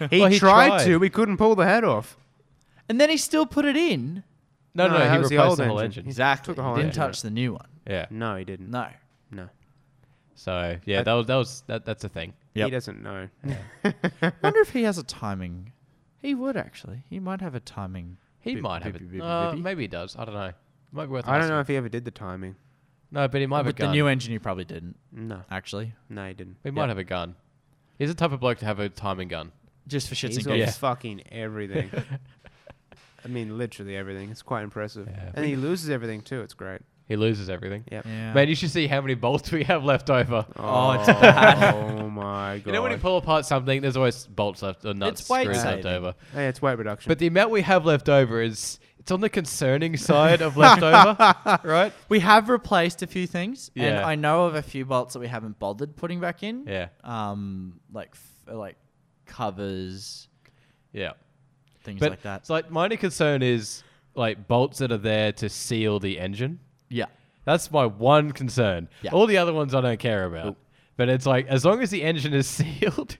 Speaker 2: Yeah.
Speaker 3: He,
Speaker 2: Well, he
Speaker 3: tried,
Speaker 2: tried.
Speaker 3: to. We couldn't pull the head off.
Speaker 4: And then he still put it in.
Speaker 2: No, no,
Speaker 3: No, that
Speaker 2: he replaced
Speaker 3: was the
Speaker 2: the,
Speaker 3: old
Speaker 2: whole
Speaker 3: engine.
Speaker 2: engine.
Speaker 4: Exactly.
Speaker 3: the whole
Speaker 2: Oh,
Speaker 4: He didn't
Speaker 3: engine
Speaker 4: touch the new one.
Speaker 2: Yeah.
Speaker 3: No, he didn't.
Speaker 4: No.
Speaker 3: no.
Speaker 2: So yeah, that was that was that, that's a thing.
Speaker 4: Yep.
Speaker 3: He doesn't know.
Speaker 4: wonder if he has a timing. He would actually. He might have a timing.
Speaker 2: He
Speaker 4: bip,
Speaker 2: might have
Speaker 4: bip,
Speaker 2: it.
Speaker 4: bip, bip,
Speaker 2: Uh,
Speaker 4: bippy.
Speaker 2: maybe he does. I don't know. Might be worth.
Speaker 3: I don't know if
Speaker 2: asking.
Speaker 3: he ever did the timing.
Speaker 2: no, but he might have a
Speaker 4: With
Speaker 2: gun.
Speaker 4: Uh, the new engine, he probably didn't
Speaker 3: No,
Speaker 4: actually.
Speaker 3: no, he didn't.
Speaker 2: he might
Speaker 4: yeah.
Speaker 2: have a gun. He's the type of bloke to have a timing gun.
Speaker 4: Just for shits
Speaker 3: He's
Speaker 4: and
Speaker 3: got
Speaker 4: giggles.
Speaker 2: Yeah.
Speaker 3: fucking everything. I mean, literally everything. It's quite impressive.
Speaker 2: Yeah.
Speaker 3: And he loses everything too. It's great.
Speaker 2: He loses everything.
Speaker 3: Yep.
Speaker 4: Yeah.
Speaker 2: Man, you should see how many bolts we have left over.
Speaker 4: Oh, it's
Speaker 3: Oh my god.
Speaker 2: You know when you pull apart something, there's always bolts left or nuts
Speaker 4: It's weight
Speaker 2: screws left
Speaker 4: saving.
Speaker 2: over.
Speaker 3: hey, it's weight reduction.
Speaker 2: But the amount we have left over is it's on the concerning side of left over, right?
Speaker 4: We have replaced a few things, and
Speaker 2: Yeah.
Speaker 4: I know of a few bolts that we haven't bothered putting back in.
Speaker 2: Yeah,
Speaker 4: Um, like f- like covers,
Speaker 2: yeah.
Speaker 4: things
Speaker 2: But
Speaker 4: like that.
Speaker 2: it's like my only concern is like bolts that are there to seal the engine.
Speaker 4: yeah.
Speaker 2: That's my one concern.
Speaker 4: Yeah.
Speaker 2: All the other ones I don't care about. But it's like as long as the engine is sealed,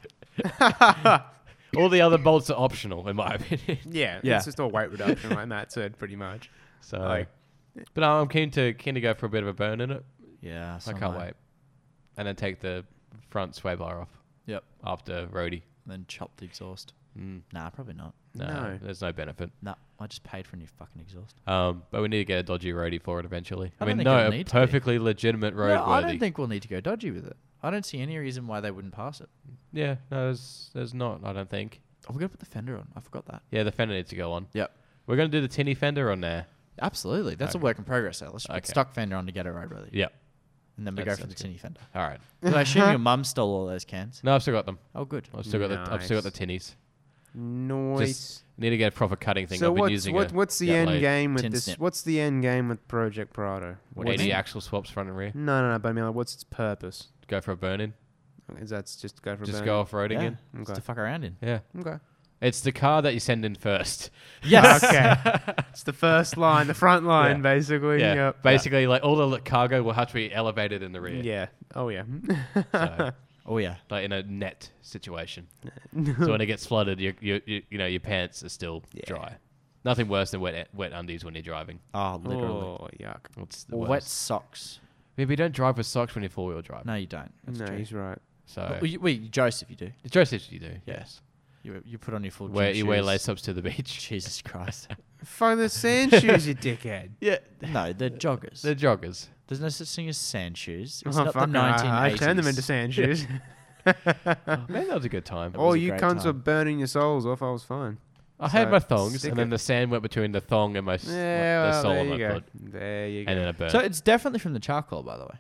Speaker 2: all the other bolts are optional in my opinion.
Speaker 3: yeah,
Speaker 4: Yeah.
Speaker 3: it's just all weight reduction, like Matt said, pretty much.
Speaker 2: So,
Speaker 3: Like-
Speaker 2: but uh, I'm keen to keen to go for a bit of a burn in it.
Speaker 4: Yeah.
Speaker 2: I
Speaker 4: some
Speaker 2: can't
Speaker 4: way.
Speaker 2: wait. And then take the front sway bar off
Speaker 4: Yep.
Speaker 2: after roadie.
Speaker 4: And then chop the exhaust.
Speaker 2: Mm,
Speaker 4: Nah, probably not.
Speaker 2: no,
Speaker 3: No.
Speaker 2: there's no benefit.
Speaker 4: Nah, I just paid for a new fucking exhaust.
Speaker 2: Um, but we need to get a dodgy roadie for it eventually. I,
Speaker 4: I don't
Speaker 2: mean,
Speaker 4: think
Speaker 2: no,
Speaker 4: it'll
Speaker 2: a
Speaker 4: need to be.
Speaker 2: perfectly legitimate roadworthy.
Speaker 4: No, I don't think we'll need to go dodgy with it. I don't see any reason why they wouldn't pass it.
Speaker 2: Yeah, no, there's there's not. I don't think.
Speaker 4: Oh, we're gonna put the fender on. I forgot that.
Speaker 2: Yeah, the fender needs to go on.
Speaker 4: Yep.
Speaker 2: We're gonna do the tinny fender on there.
Speaker 4: Absolutely. That's a
Speaker 2: Okay.
Speaker 4: work in progress. Though. Let's just put
Speaker 2: Okay.
Speaker 4: the stock fender on to get it right, really.
Speaker 2: Yep.
Speaker 4: And then we
Speaker 2: That
Speaker 4: go for the
Speaker 2: sounds good.
Speaker 4: tinny fender.
Speaker 2: All right.
Speaker 4: But I assume your mum stole all those cans.
Speaker 2: No, I've still got them.
Speaker 4: Oh, good.
Speaker 2: I've still got the I've still got the tinnies.
Speaker 3: Noise.
Speaker 2: Need to get a proper cutting thing.
Speaker 3: So
Speaker 2: I've been
Speaker 3: what's
Speaker 2: using
Speaker 3: what,
Speaker 2: a
Speaker 3: what's the
Speaker 2: gut
Speaker 3: end
Speaker 2: load.
Speaker 3: game with
Speaker 4: Tin
Speaker 3: this?
Speaker 4: snip.
Speaker 3: What's the end game with Project Prado?
Speaker 4: What do you
Speaker 2: Eighty
Speaker 4: mean?
Speaker 2: axle swaps front and rear.
Speaker 3: No, no, no. But I mean, like, what's its purpose?
Speaker 2: Go for a burn in.
Speaker 3: Is that just go for a
Speaker 2: Just
Speaker 3: burn?
Speaker 2: go off road
Speaker 4: Yeah.
Speaker 2: again.
Speaker 4: Just
Speaker 3: Okay.
Speaker 4: to fuck around in.
Speaker 2: Yeah.
Speaker 3: Okay.
Speaker 2: It's the car that you send in first.
Speaker 4: Yes.
Speaker 3: okay. It's the first line, the front line,
Speaker 2: Yeah.
Speaker 3: basically.
Speaker 2: Yeah.
Speaker 3: Yep.
Speaker 2: Basically, like all the li- cargo will have to be elevated in the rear.
Speaker 3: Yeah. Oh yeah.
Speaker 2: So,
Speaker 4: Oh yeah.
Speaker 2: like in a net situation. so when it gets flooded, your your you, you know your pants are still dry. Nothing worse than wet wet undies when you're driving.
Speaker 4: Oh, literally.
Speaker 3: oh yuck.
Speaker 2: It's Ah, the
Speaker 4: Or
Speaker 2: worst.
Speaker 4: wet socks.
Speaker 2: Maybe you don't drive with socks when you're four wheel drive.
Speaker 4: No, you don't. That's
Speaker 3: no,
Speaker 4: true.
Speaker 3: he's right.
Speaker 2: So
Speaker 4: Well, you- wait, Joseph, you do.
Speaker 2: it's Joseph, you do.
Speaker 4: Yes. You, you put on your full.
Speaker 2: Where
Speaker 4: gym
Speaker 2: you wear
Speaker 4: shoes.
Speaker 2: lace ups to the beach.
Speaker 4: Jesus Christ.
Speaker 3: Fuck the sand shoes, you dickhead.
Speaker 4: yeah. No, they're joggers.
Speaker 2: They're joggers.
Speaker 4: There's no such thing as sand shoes. It's
Speaker 3: Oh,
Speaker 4: not the
Speaker 3: fuck,
Speaker 4: 1980s.
Speaker 3: I, I turned them into sand shoes.
Speaker 2: Maybe that was a good time.
Speaker 4: That
Speaker 3: All
Speaker 4: was a
Speaker 3: you
Speaker 4: great
Speaker 3: cunts were
Speaker 4: time.
Speaker 3: burning your soles off. I was fine.
Speaker 2: I had
Speaker 3: So,
Speaker 2: my thongs,
Speaker 3: stick
Speaker 2: and then
Speaker 3: it.
Speaker 2: the sand went between the thong and my s- my-
Speaker 3: Yeah,
Speaker 2: the
Speaker 3: well,
Speaker 2: sole
Speaker 3: there
Speaker 2: of my
Speaker 3: you go.
Speaker 2: foot,
Speaker 3: There you go.
Speaker 2: and then a burn.
Speaker 4: So it's definitely from the charcoal, by the way.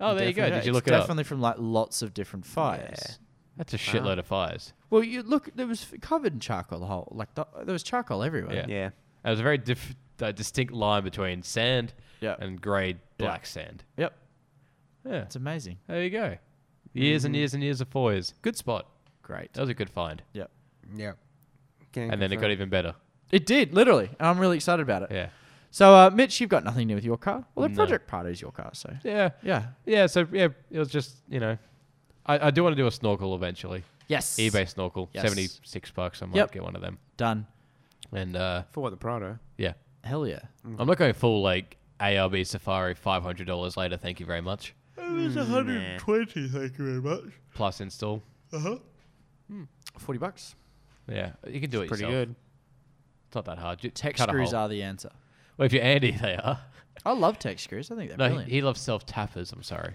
Speaker 2: oh, there you go.
Speaker 4: Definitely-
Speaker 2: Did you
Speaker 4: it's
Speaker 2: look it up?
Speaker 4: definitely from like lots of different fires.
Speaker 3: Yeah.
Speaker 2: That's a shitload of fires.
Speaker 4: Well, you look. There was f- covered in charcoal. The whole like the, there was charcoal everywhere.
Speaker 2: Yeah.
Speaker 3: yeah.
Speaker 2: There was a very diff- uh, distinct line between sand
Speaker 4: Yeah.
Speaker 2: and grey black sand.
Speaker 4: Yep.
Speaker 2: Yeah.
Speaker 4: It's amazing.
Speaker 2: There you go. Years and years and years of fours. Good spot.
Speaker 4: Great.
Speaker 2: That was a good find.
Speaker 4: Yep.
Speaker 3: Yeah. Can
Speaker 2: And then it
Speaker 3: confirm.
Speaker 2: got even better.
Speaker 4: It did, literally. And I'm really excited about it.
Speaker 2: Yeah.
Speaker 4: So, uh, Mitch, you've got nothing new with your car. Well, the
Speaker 2: No.
Speaker 4: Project Prado is your car, so.
Speaker 2: Yeah.
Speaker 4: Yeah.
Speaker 2: Yeah. So yeah, it was just you know, I, I do want to do a snorkel eventually.
Speaker 4: Yes.
Speaker 2: eBay snorkel,
Speaker 4: Yes.
Speaker 2: seventy six bucks. I might
Speaker 4: Yep.
Speaker 2: get one of them.
Speaker 4: Done.
Speaker 2: And uh,
Speaker 3: e- For what, the Prado?
Speaker 2: yeah,
Speaker 4: Hell yeah.
Speaker 2: I'm not going full like ARB Safari five hundred dollars later. Thank you very much.
Speaker 4: It's 120, thank you very much.
Speaker 2: Plus install.
Speaker 4: 40 bucks.
Speaker 2: Yeah, you can do it.
Speaker 3: Pretty
Speaker 2: yourself.
Speaker 3: good.
Speaker 2: It's not that hard. Ju-
Speaker 4: Tech
Speaker 2: cut a
Speaker 4: screws
Speaker 2: hole.
Speaker 4: are the answer.
Speaker 2: Well, if you're Andy, they are.
Speaker 4: I love tech screws. I think they're
Speaker 2: No,
Speaker 4: brilliant.
Speaker 2: he, he loves self tappers. I'm sorry.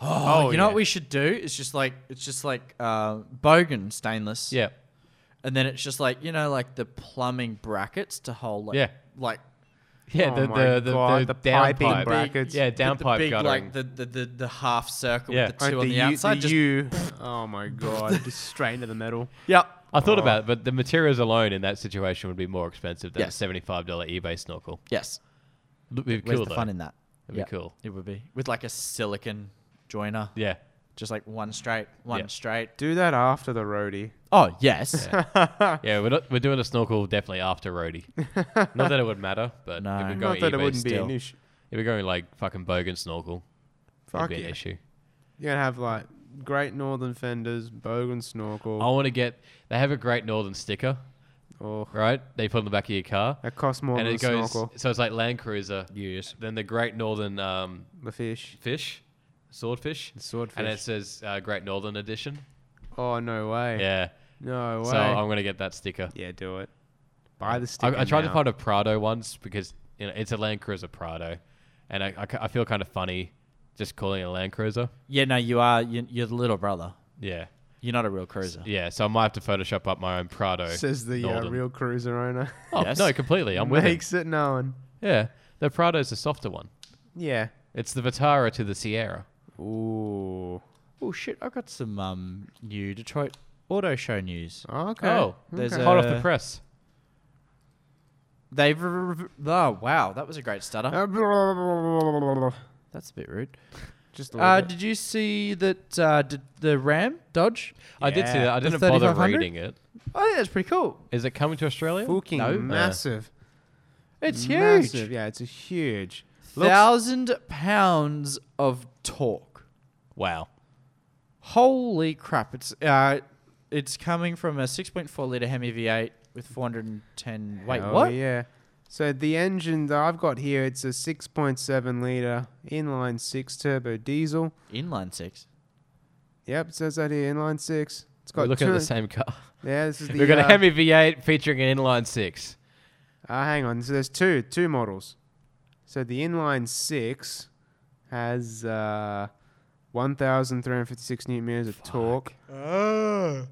Speaker 4: oh,
Speaker 2: oh,
Speaker 4: you know
Speaker 2: yeah.
Speaker 4: what we should do? It's just like it's just like uh, Bogan stainless.
Speaker 2: Yeah.
Speaker 4: And then it's just like you know like the plumbing brackets to hold like
Speaker 2: Yeah.
Speaker 4: like
Speaker 2: Yeah,
Speaker 3: Oh
Speaker 2: the,
Speaker 3: my
Speaker 2: the, the,
Speaker 3: God,
Speaker 2: the
Speaker 3: the
Speaker 2: down
Speaker 3: piping
Speaker 2: pipe.
Speaker 3: brackets.
Speaker 2: Yeah,
Speaker 4: the-
Speaker 2: down
Speaker 4: the
Speaker 2: pipe
Speaker 4: big,
Speaker 2: guttering.
Speaker 4: like the, the, the, the half circle
Speaker 2: Yeah.
Speaker 4: with the
Speaker 3: Aren't
Speaker 4: two on the,
Speaker 3: Oh, U-
Speaker 4: outside. just,
Speaker 3: U- oh my god, just straight into the metal.
Speaker 4: Yep.
Speaker 2: I thought
Speaker 3: Oh.
Speaker 2: about it, but the materials alone in that situation would be more expensive than
Speaker 4: Yes.
Speaker 2: a $75 eBay snorkel.
Speaker 4: Yes.
Speaker 2: It'd be
Speaker 4: Where's
Speaker 2: cool,
Speaker 4: the
Speaker 2: though.
Speaker 4: fun in that?
Speaker 2: It'd be cool.
Speaker 4: It would be with like a silicon joiner,
Speaker 2: Yeah.
Speaker 4: just like one straight, one
Speaker 2: Yeah.
Speaker 4: straight.
Speaker 3: Do that after the roadie.
Speaker 4: Oh yes.
Speaker 3: Ah.
Speaker 2: Yeah, we're, not, we're doing a snorkel definitely after roadie. not that it would matter, but
Speaker 4: No.
Speaker 2: if we're
Speaker 4: Not
Speaker 2: going
Speaker 3: Not that
Speaker 2: eBay
Speaker 3: it wouldn't
Speaker 2: still,
Speaker 3: be an issue.
Speaker 2: if we're going like fucking bogan snorkel,
Speaker 3: Fuck
Speaker 2: it'd be
Speaker 3: yeah.
Speaker 2: an issue.
Speaker 3: You're gonna have like Great Northern Fenders, Bogan Snorkel.
Speaker 2: I want to get. They have a Great Northern sticker,
Speaker 3: Oh,
Speaker 2: right? They put on the back of your car,
Speaker 3: that costs more
Speaker 2: and
Speaker 3: than
Speaker 2: it
Speaker 3: a
Speaker 2: goes.
Speaker 3: snorkel.
Speaker 2: So it's like Land Cruiser,
Speaker 4: Yes.
Speaker 2: then the Great Northern um,
Speaker 3: The fish.
Speaker 2: fish, swordfish,
Speaker 3: swordfish.
Speaker 2: and it says uh, Great Northern Edition.
Speaker 3: Oh no way.
Speaker 2: Yeah.
Speaker 3: No way.
Speaker 2: So I'm gonna get that sticker.
Speaker 3: yeah, do it. Buy the sticker.
Speaker 2: I, I tried to
Speaker 3: now.
Speaker 2: find a Prado once because you know it's a Land Cruiser Prado, and I, I ca- I feel kind of funny just calling it a Land Cruiser.
Speaker 4: Yeah. No, you are. You're, you're the little brother.
Speaker 2: Yeah,
Speaker 4: You're not a real cruiser.
Speaker 2: yeah. So I might have to Photoshop up my own Prado.
Speaker 3: Oh. Says the uh,
Speaker 2: Northern.
Speaker 3: real cruiser owner.
Speaker 2: Oh,
Speaker 4: Yes.
Speaker 2: No, completely. I'm with it.
Speaker 3: Makes it known.
Speaker 2: Yeah, the Prado's the softer one.
Speaker 3: Yeah.
Speaker 2: It's the Vitara to the Sierra.
Speaker 3: Ooh.
Speaker 4: Oh shit! I got some um new Detroit Auto Show news.
Speaker 3: Okay.
Speaker 2: Oh,
Speaker 4: there's
Speaker 3: okay.
Speaker 2: Hot off the
Speaker 4: Uh,
Speaker 2: press.
Speaker 4: They've re- re- re- oh wow, that was a great stutter. That's a bit rude.
Speaker 3: Just a little
Speaker 4: Uh,
Speaker 3: bit.
Speaker 4: did you see that uh, did the Ram Dodge?
Speaker 2: I did see that. I
Speaker 4: The
Speaker 2: didn't bother
Speaker 4: 3500?
Speaker 2: reading it.
Speaker 4: I think that's pretty cool.
Speaker 2: Is it coming to Australia?
Speaker 3: Fucking
Speaker 4: No. Uh,
Speaker 3: massive.
Speaker 4: It's huge.
Speaker 3: Massive. Yeah, it's a huge. Looks,
Speaker 4: Thousand pounds of torque.
Speaker 2: Wow.
Speaker 4: Holy crap! It's uh, it's coming from a 6.4 liter Hemi V8 with 410. Wait,
Speaker 3: Oh,
Speaker 4: what?
Speaker 3: Yeah. So the engine that I've got here, it's a 6.7 liter inline six turbo diesel.
Speaker 4: Inline six.
Speaker 3: Yep, it says that here, inline six. It's got
Speaker 2: We're looking at
Speaker 3: two-
Speaker 2: the same car.
Speaker 3: Yeah, this is the.
Speaker 2: We've got a
Speaker 3: uh,
Speaker 2: Hemi V8 featuring an inline six.
Speaker 3: Uh, hang on. So there's two two models. So the inline six has uh, 1,356 newton meters of torque.
Speaker 4: Ah.
Speaker 3: Oh.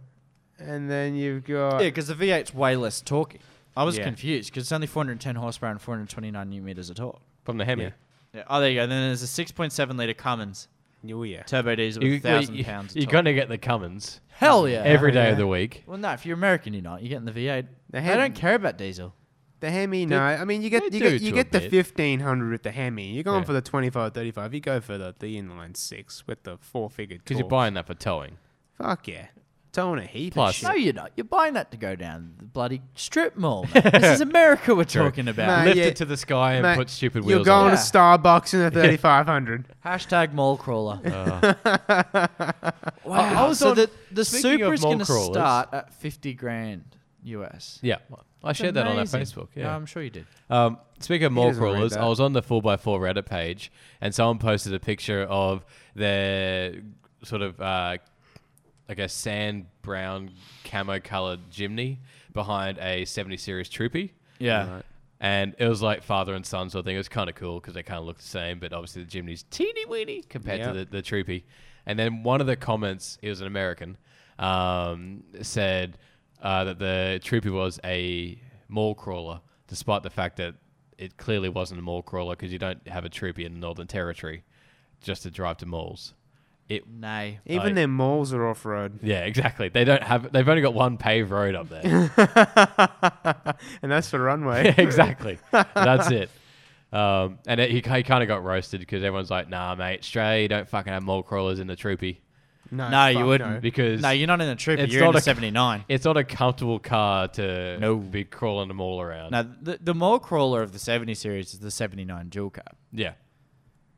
Speaker 3: And then you've got
Speaker 4: Yeah, because the V8's way less torquey. I was
Speaker 2: Yeah.
Speaker 4: confused because it's only 410 horsepower and 429 new meters of torque.
Speaker 2: From the Hemi.
Speaker 3: Yeah.
Speaker 4: Yeah. Oh, there you go. Then there's a 6.7 liter Cummins
Speaker 3: oh yeah,
Speaker 4: turbo diesel
Speaker 2: You,
Speaker 4: with 1,000
Speaker 2: you,
Speaker 4: pounds. of
Speaker 2: you're
Speaker 4: torque.
Speaker 2: going to get the Cummins
Speaker 4: Hell yeah.
Speaker 2: every day
Speaker 3: yeah.
Speaker 2: of the week.
Speaker 4: Well, no, if you're American, you're not. You're getting the V8.
Speaker 3: The
Speaker 4: They
Speaker 3: Hemi-
Speaker 4: don't care about diesel.
Speaker 3: the Hemi. No, I mean you get
Speaker 2: they
Speaker 3: you
Speaker 2: do
Speaker 3: get you
Speaker 2: to a
Speaker 3: get the
Speaker 2: bit.
Speaker 3: 1500 with the Hemi. You're going
Speaker 2: Yeah.
Speaker 3: for the 25, 35. You go for the the inline six with the four figure.
Speaker 2: Because you're buying that for towing.
Speaker 3: Fuck yeah, towing a heap.
Speaker 2: Plus-
Speaker 3: Plus,
Speaker 4: No, you're not. You're buying that to go down the bloody strip mall. man. this is America we're talking about.
Speaker 3: Mate,
Speaker 2: Lift
Speaker 3: yeah.
Speaker 2: it to the sky and
Speaker 3: Mate,
Speaker 2: put stupid
Speaker 3: you're
Speaker 2: wheels
Speaker 3: going
Speaker 2: on
Speaker 4: it.
Speaker 3: to Starbucks in a 3500.
Speaker 4: Hashtag mall crawler. wow.
Speaker 2: Uh. I- I was
Speaker 4: so
Speaker 2: on-
Speaker 4: the, the
Speaker 2: speaking of
Speaker 4: Supra's
Speaker 2: mall
Speaker 4: going to
Speaker 2: crawlers-
Speaker 4: start at 50 grand US.
Speaker 2: it. Yeah. I
Speaker 4: It's
Speaker 2: shared that on our
Speaker 4: amazing.
Speaker 2: Facebook. Yeah.
Speaker 4: I'm sure you did.
Speaker 2: Um, speaking of mall
Speaker 3: doesn't read
Speaker 2: crawlers, I
Speaker 3: that.
Speaker 2: was on the 4x4 Reddit page and someone posted a picture of their sort of uh, like a sand brown camo colored Jimny behind a 70 series Troopy.
Speaker 4: Yeah.
Speaker 2: And it was like father and son sort of thing. It was kind of cool because they kind of look the same, but obviously the Jimny's teeny weeny compared to the,
Speaker 3: Yep.
Speaker 2: the Troopy. And then one of the comments, he was an American, um, said uh, that the Troopy was a mall crawler, despite the fact that it clearly wasn't a mall crawler because you don't have a Troopy in the Northern Territory just to drive to malls. It
Speaker 4: Nay.
Speaker 3: Even
Speaker 2: Like-
Speaker 3: their malls are off road.
Speaker 2: yeah, exactly. They don't have. They've only got one paved road up there.
Speaker 3: and that's the runway.
Speaker 2: exactly. That's it. Um, and it, he, he kind of got roasted because everyone's like, "Nah, mate, Australia don't fucking have mole crawlers in the troopy
Speaker 3: No,
Speaker 4: No, you
Speaker 3: fuck
Speaker 4: wouldn't.
Speaker 2: because
Speaker 4: No, you're not in the trooper.
Speaker 2: It's
Speaker 4: You're in
Speaker 2: not
Speaker 4: the
Speaker 2: a-
Speaker 4: 79.
Speaker 2: it's not a comfortable car to
Speaker 4: No.
Speaker 2: be crawling them all around."
Speaker 4: Now, the, the mole crawler of the 70 series is the 79 dual cab
Speaker 2: Yeah,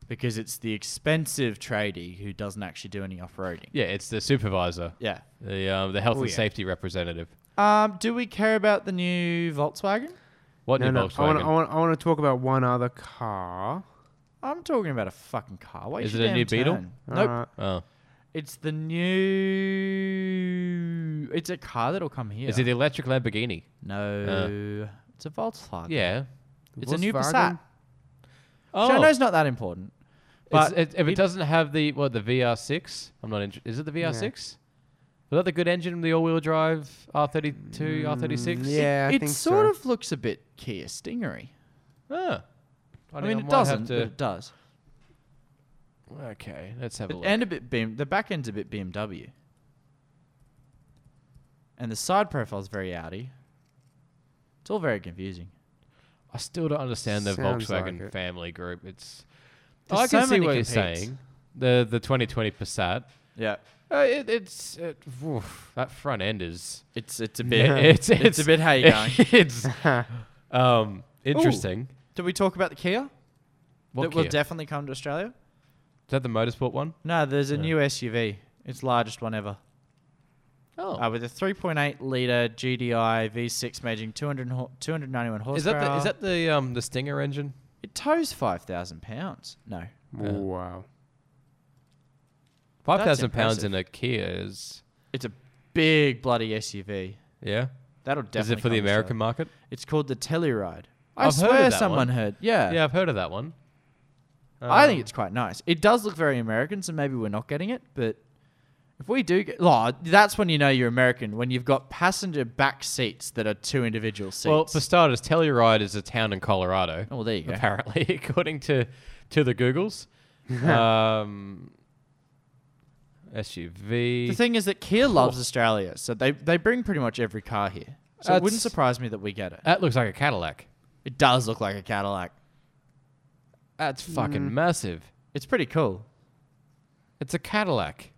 Speaker 4: because it's the expensive tradie who doesn't actually do any off roading.
Speaker 2: yeah, it's the supervisor,
Speaker 4: Yeah.
Speaker 2: the um, the health
Speaker 3: Oh,
Speaker 2: and
Speaker 3: yeah.
Speaker 2: safety representative.
Speaker 4: Um, do we care about the new Volkswagen?
Speaker 2: What
Speaker 3: No,
Speaker 2: new
Speaker 3: no. I
Speaker 2: Volkswagen?
Speaker 3: want, I, want, I want to talk about one other car.
Speaker 4: I'm talking about a fucking car. Wait
Speaker 2: Is
Speaker 4: your
Speaker 2: it a
Speaker 4: damn
Speaker 2: new Beetle?
Speaker 4: turn. Nope.
Speaker 3: Alright.
Speaker 2: oh.
Speaker 4: It's the new. It's a car that'll come here.
Speaker 2: Is it the electric Lamborghini?
Speaker 4: No. it's a Volkswagen.
Speaker 2: Yeah.
Speaker 4: It's a new
Speaker 3: Volkswagen?
Speaker 4: Passat. Oh. Which I know it's not that important.
Speaker 2: It's-
Speaker 4: But
Speaker 2: it, if it, doesn't have the what the VR6, I'm not interested. Is it the VR6? Was that the good engine, the all-wheel drive R32, R36?
Speaker 3: Mm, Yeah, I
Speaker 4: it
Speaker 3: think
Speaker 4: sort
Speaker 3: so.
Speaker 4: of looks a bit Kia Stingery.
Speaker 2: Ah.
Speaker 4: I,
Speaker 2: think
Speaker 4: mean,
Speaker 2: might
Speaker 4: it
Speaker 2: have
Speaker 4: doesn't,
Speaker 2: to-
Speaker 4: but it does.
Speaker 2: okay, let's have a
Speaker 4: But,
Speaker 2: look.
Speaker 4: and a bit BM. The back end's a bit BMW. And the side profile's very Audi. It's all very confusing.
Speaker 2: I still don't understand the
Speaker 3: Sounds like
Speaker 2: Volkswagen
Speaker 3: it.
Speaker 2: family group. It's
Speaker 4: There's
Speaker 2: I can
Speaker 4: so
Speaker 2: see
Speaker 4: many
Speaker 2: what you're
Speaker 4: competes.
Speaker 2: saying. The the 2020 Passat.
Speaker 4: Yeah.
Speaker 2: Uh, it, it's it, oof, that front end is
Speaker 4: It's it's a bit
Speaker 2: it's,
Speaker 4: it's, a bit how you going.
Speaker 2: it's um interesting.
Speaker 4: Did we talk about the Kia?
Speaker 2: What
Speaker 4: that
Speaker 2: Kia?
Speaker 4: will definitely come to Australia?
Speaker 2: Is that the motorsport one?
Speaker 4: No, there's a new SUV. It's largest one ever.
Speaker 2: Oh,
Speaker 4: Uh, with a 3.8 liter GDI V6 measuring 200, and ho- 291 horsepower.
Speaker 2: is that the, is that the um the Stinger engine?
Speaker 4: It tows 5,000 pounds. No.
Speaker 3: Wow.
Speaker 2: Five thousand pounds
Speaker 4: impressive.
Speaker 2: in a Kia is
Speaker 4: It's a big bloody SUV.
Speaker 2: yeah.
Speaker 4: That'll definitely.
Speaker 2: is it for the
Speaker 4: come to
Speaker 2: American
Speaker 4: Australia.
Speaker 2: market?
Speaker 4: It's called the Telluride. I
Speaker 2: I've heard of
Speaker 4: swear
Speaker 2: that one.
Speaker 4: someone heard. Yeah.
Speaker 2: Yeah, I've heard of that one.
Speaker 4: I think
Speaker 2: Um,
Speaker 4: it's quite nice. It does look very American, so maybe we're not getting it, but if we do get oh, that's when you know you're American, when you've got passenger back seats that are two individual seats.
Speaker 2: well for starters, Telluride is a town in Colorado.
Speaker 4: oh, well, there you go.
Speaker 2: apparently, according to to the Googles. um, SUV.
Speaker 4: The thing is that Kia loves Australia, so they, they bring pretty much every car here. So it wouldn't
Speaker 2: That's-
Speaker 4: surprise me that we get it.
Speaker 2: that looks like a Cadillac.
Speaker 4: It does look like a Cadillac.
Speaker 2: That's
Speaker 4: Mm.
Speaker 2: fucking massive.
Speaker 4: It's pretty cool.
Speaker 2: It's a Cadillac.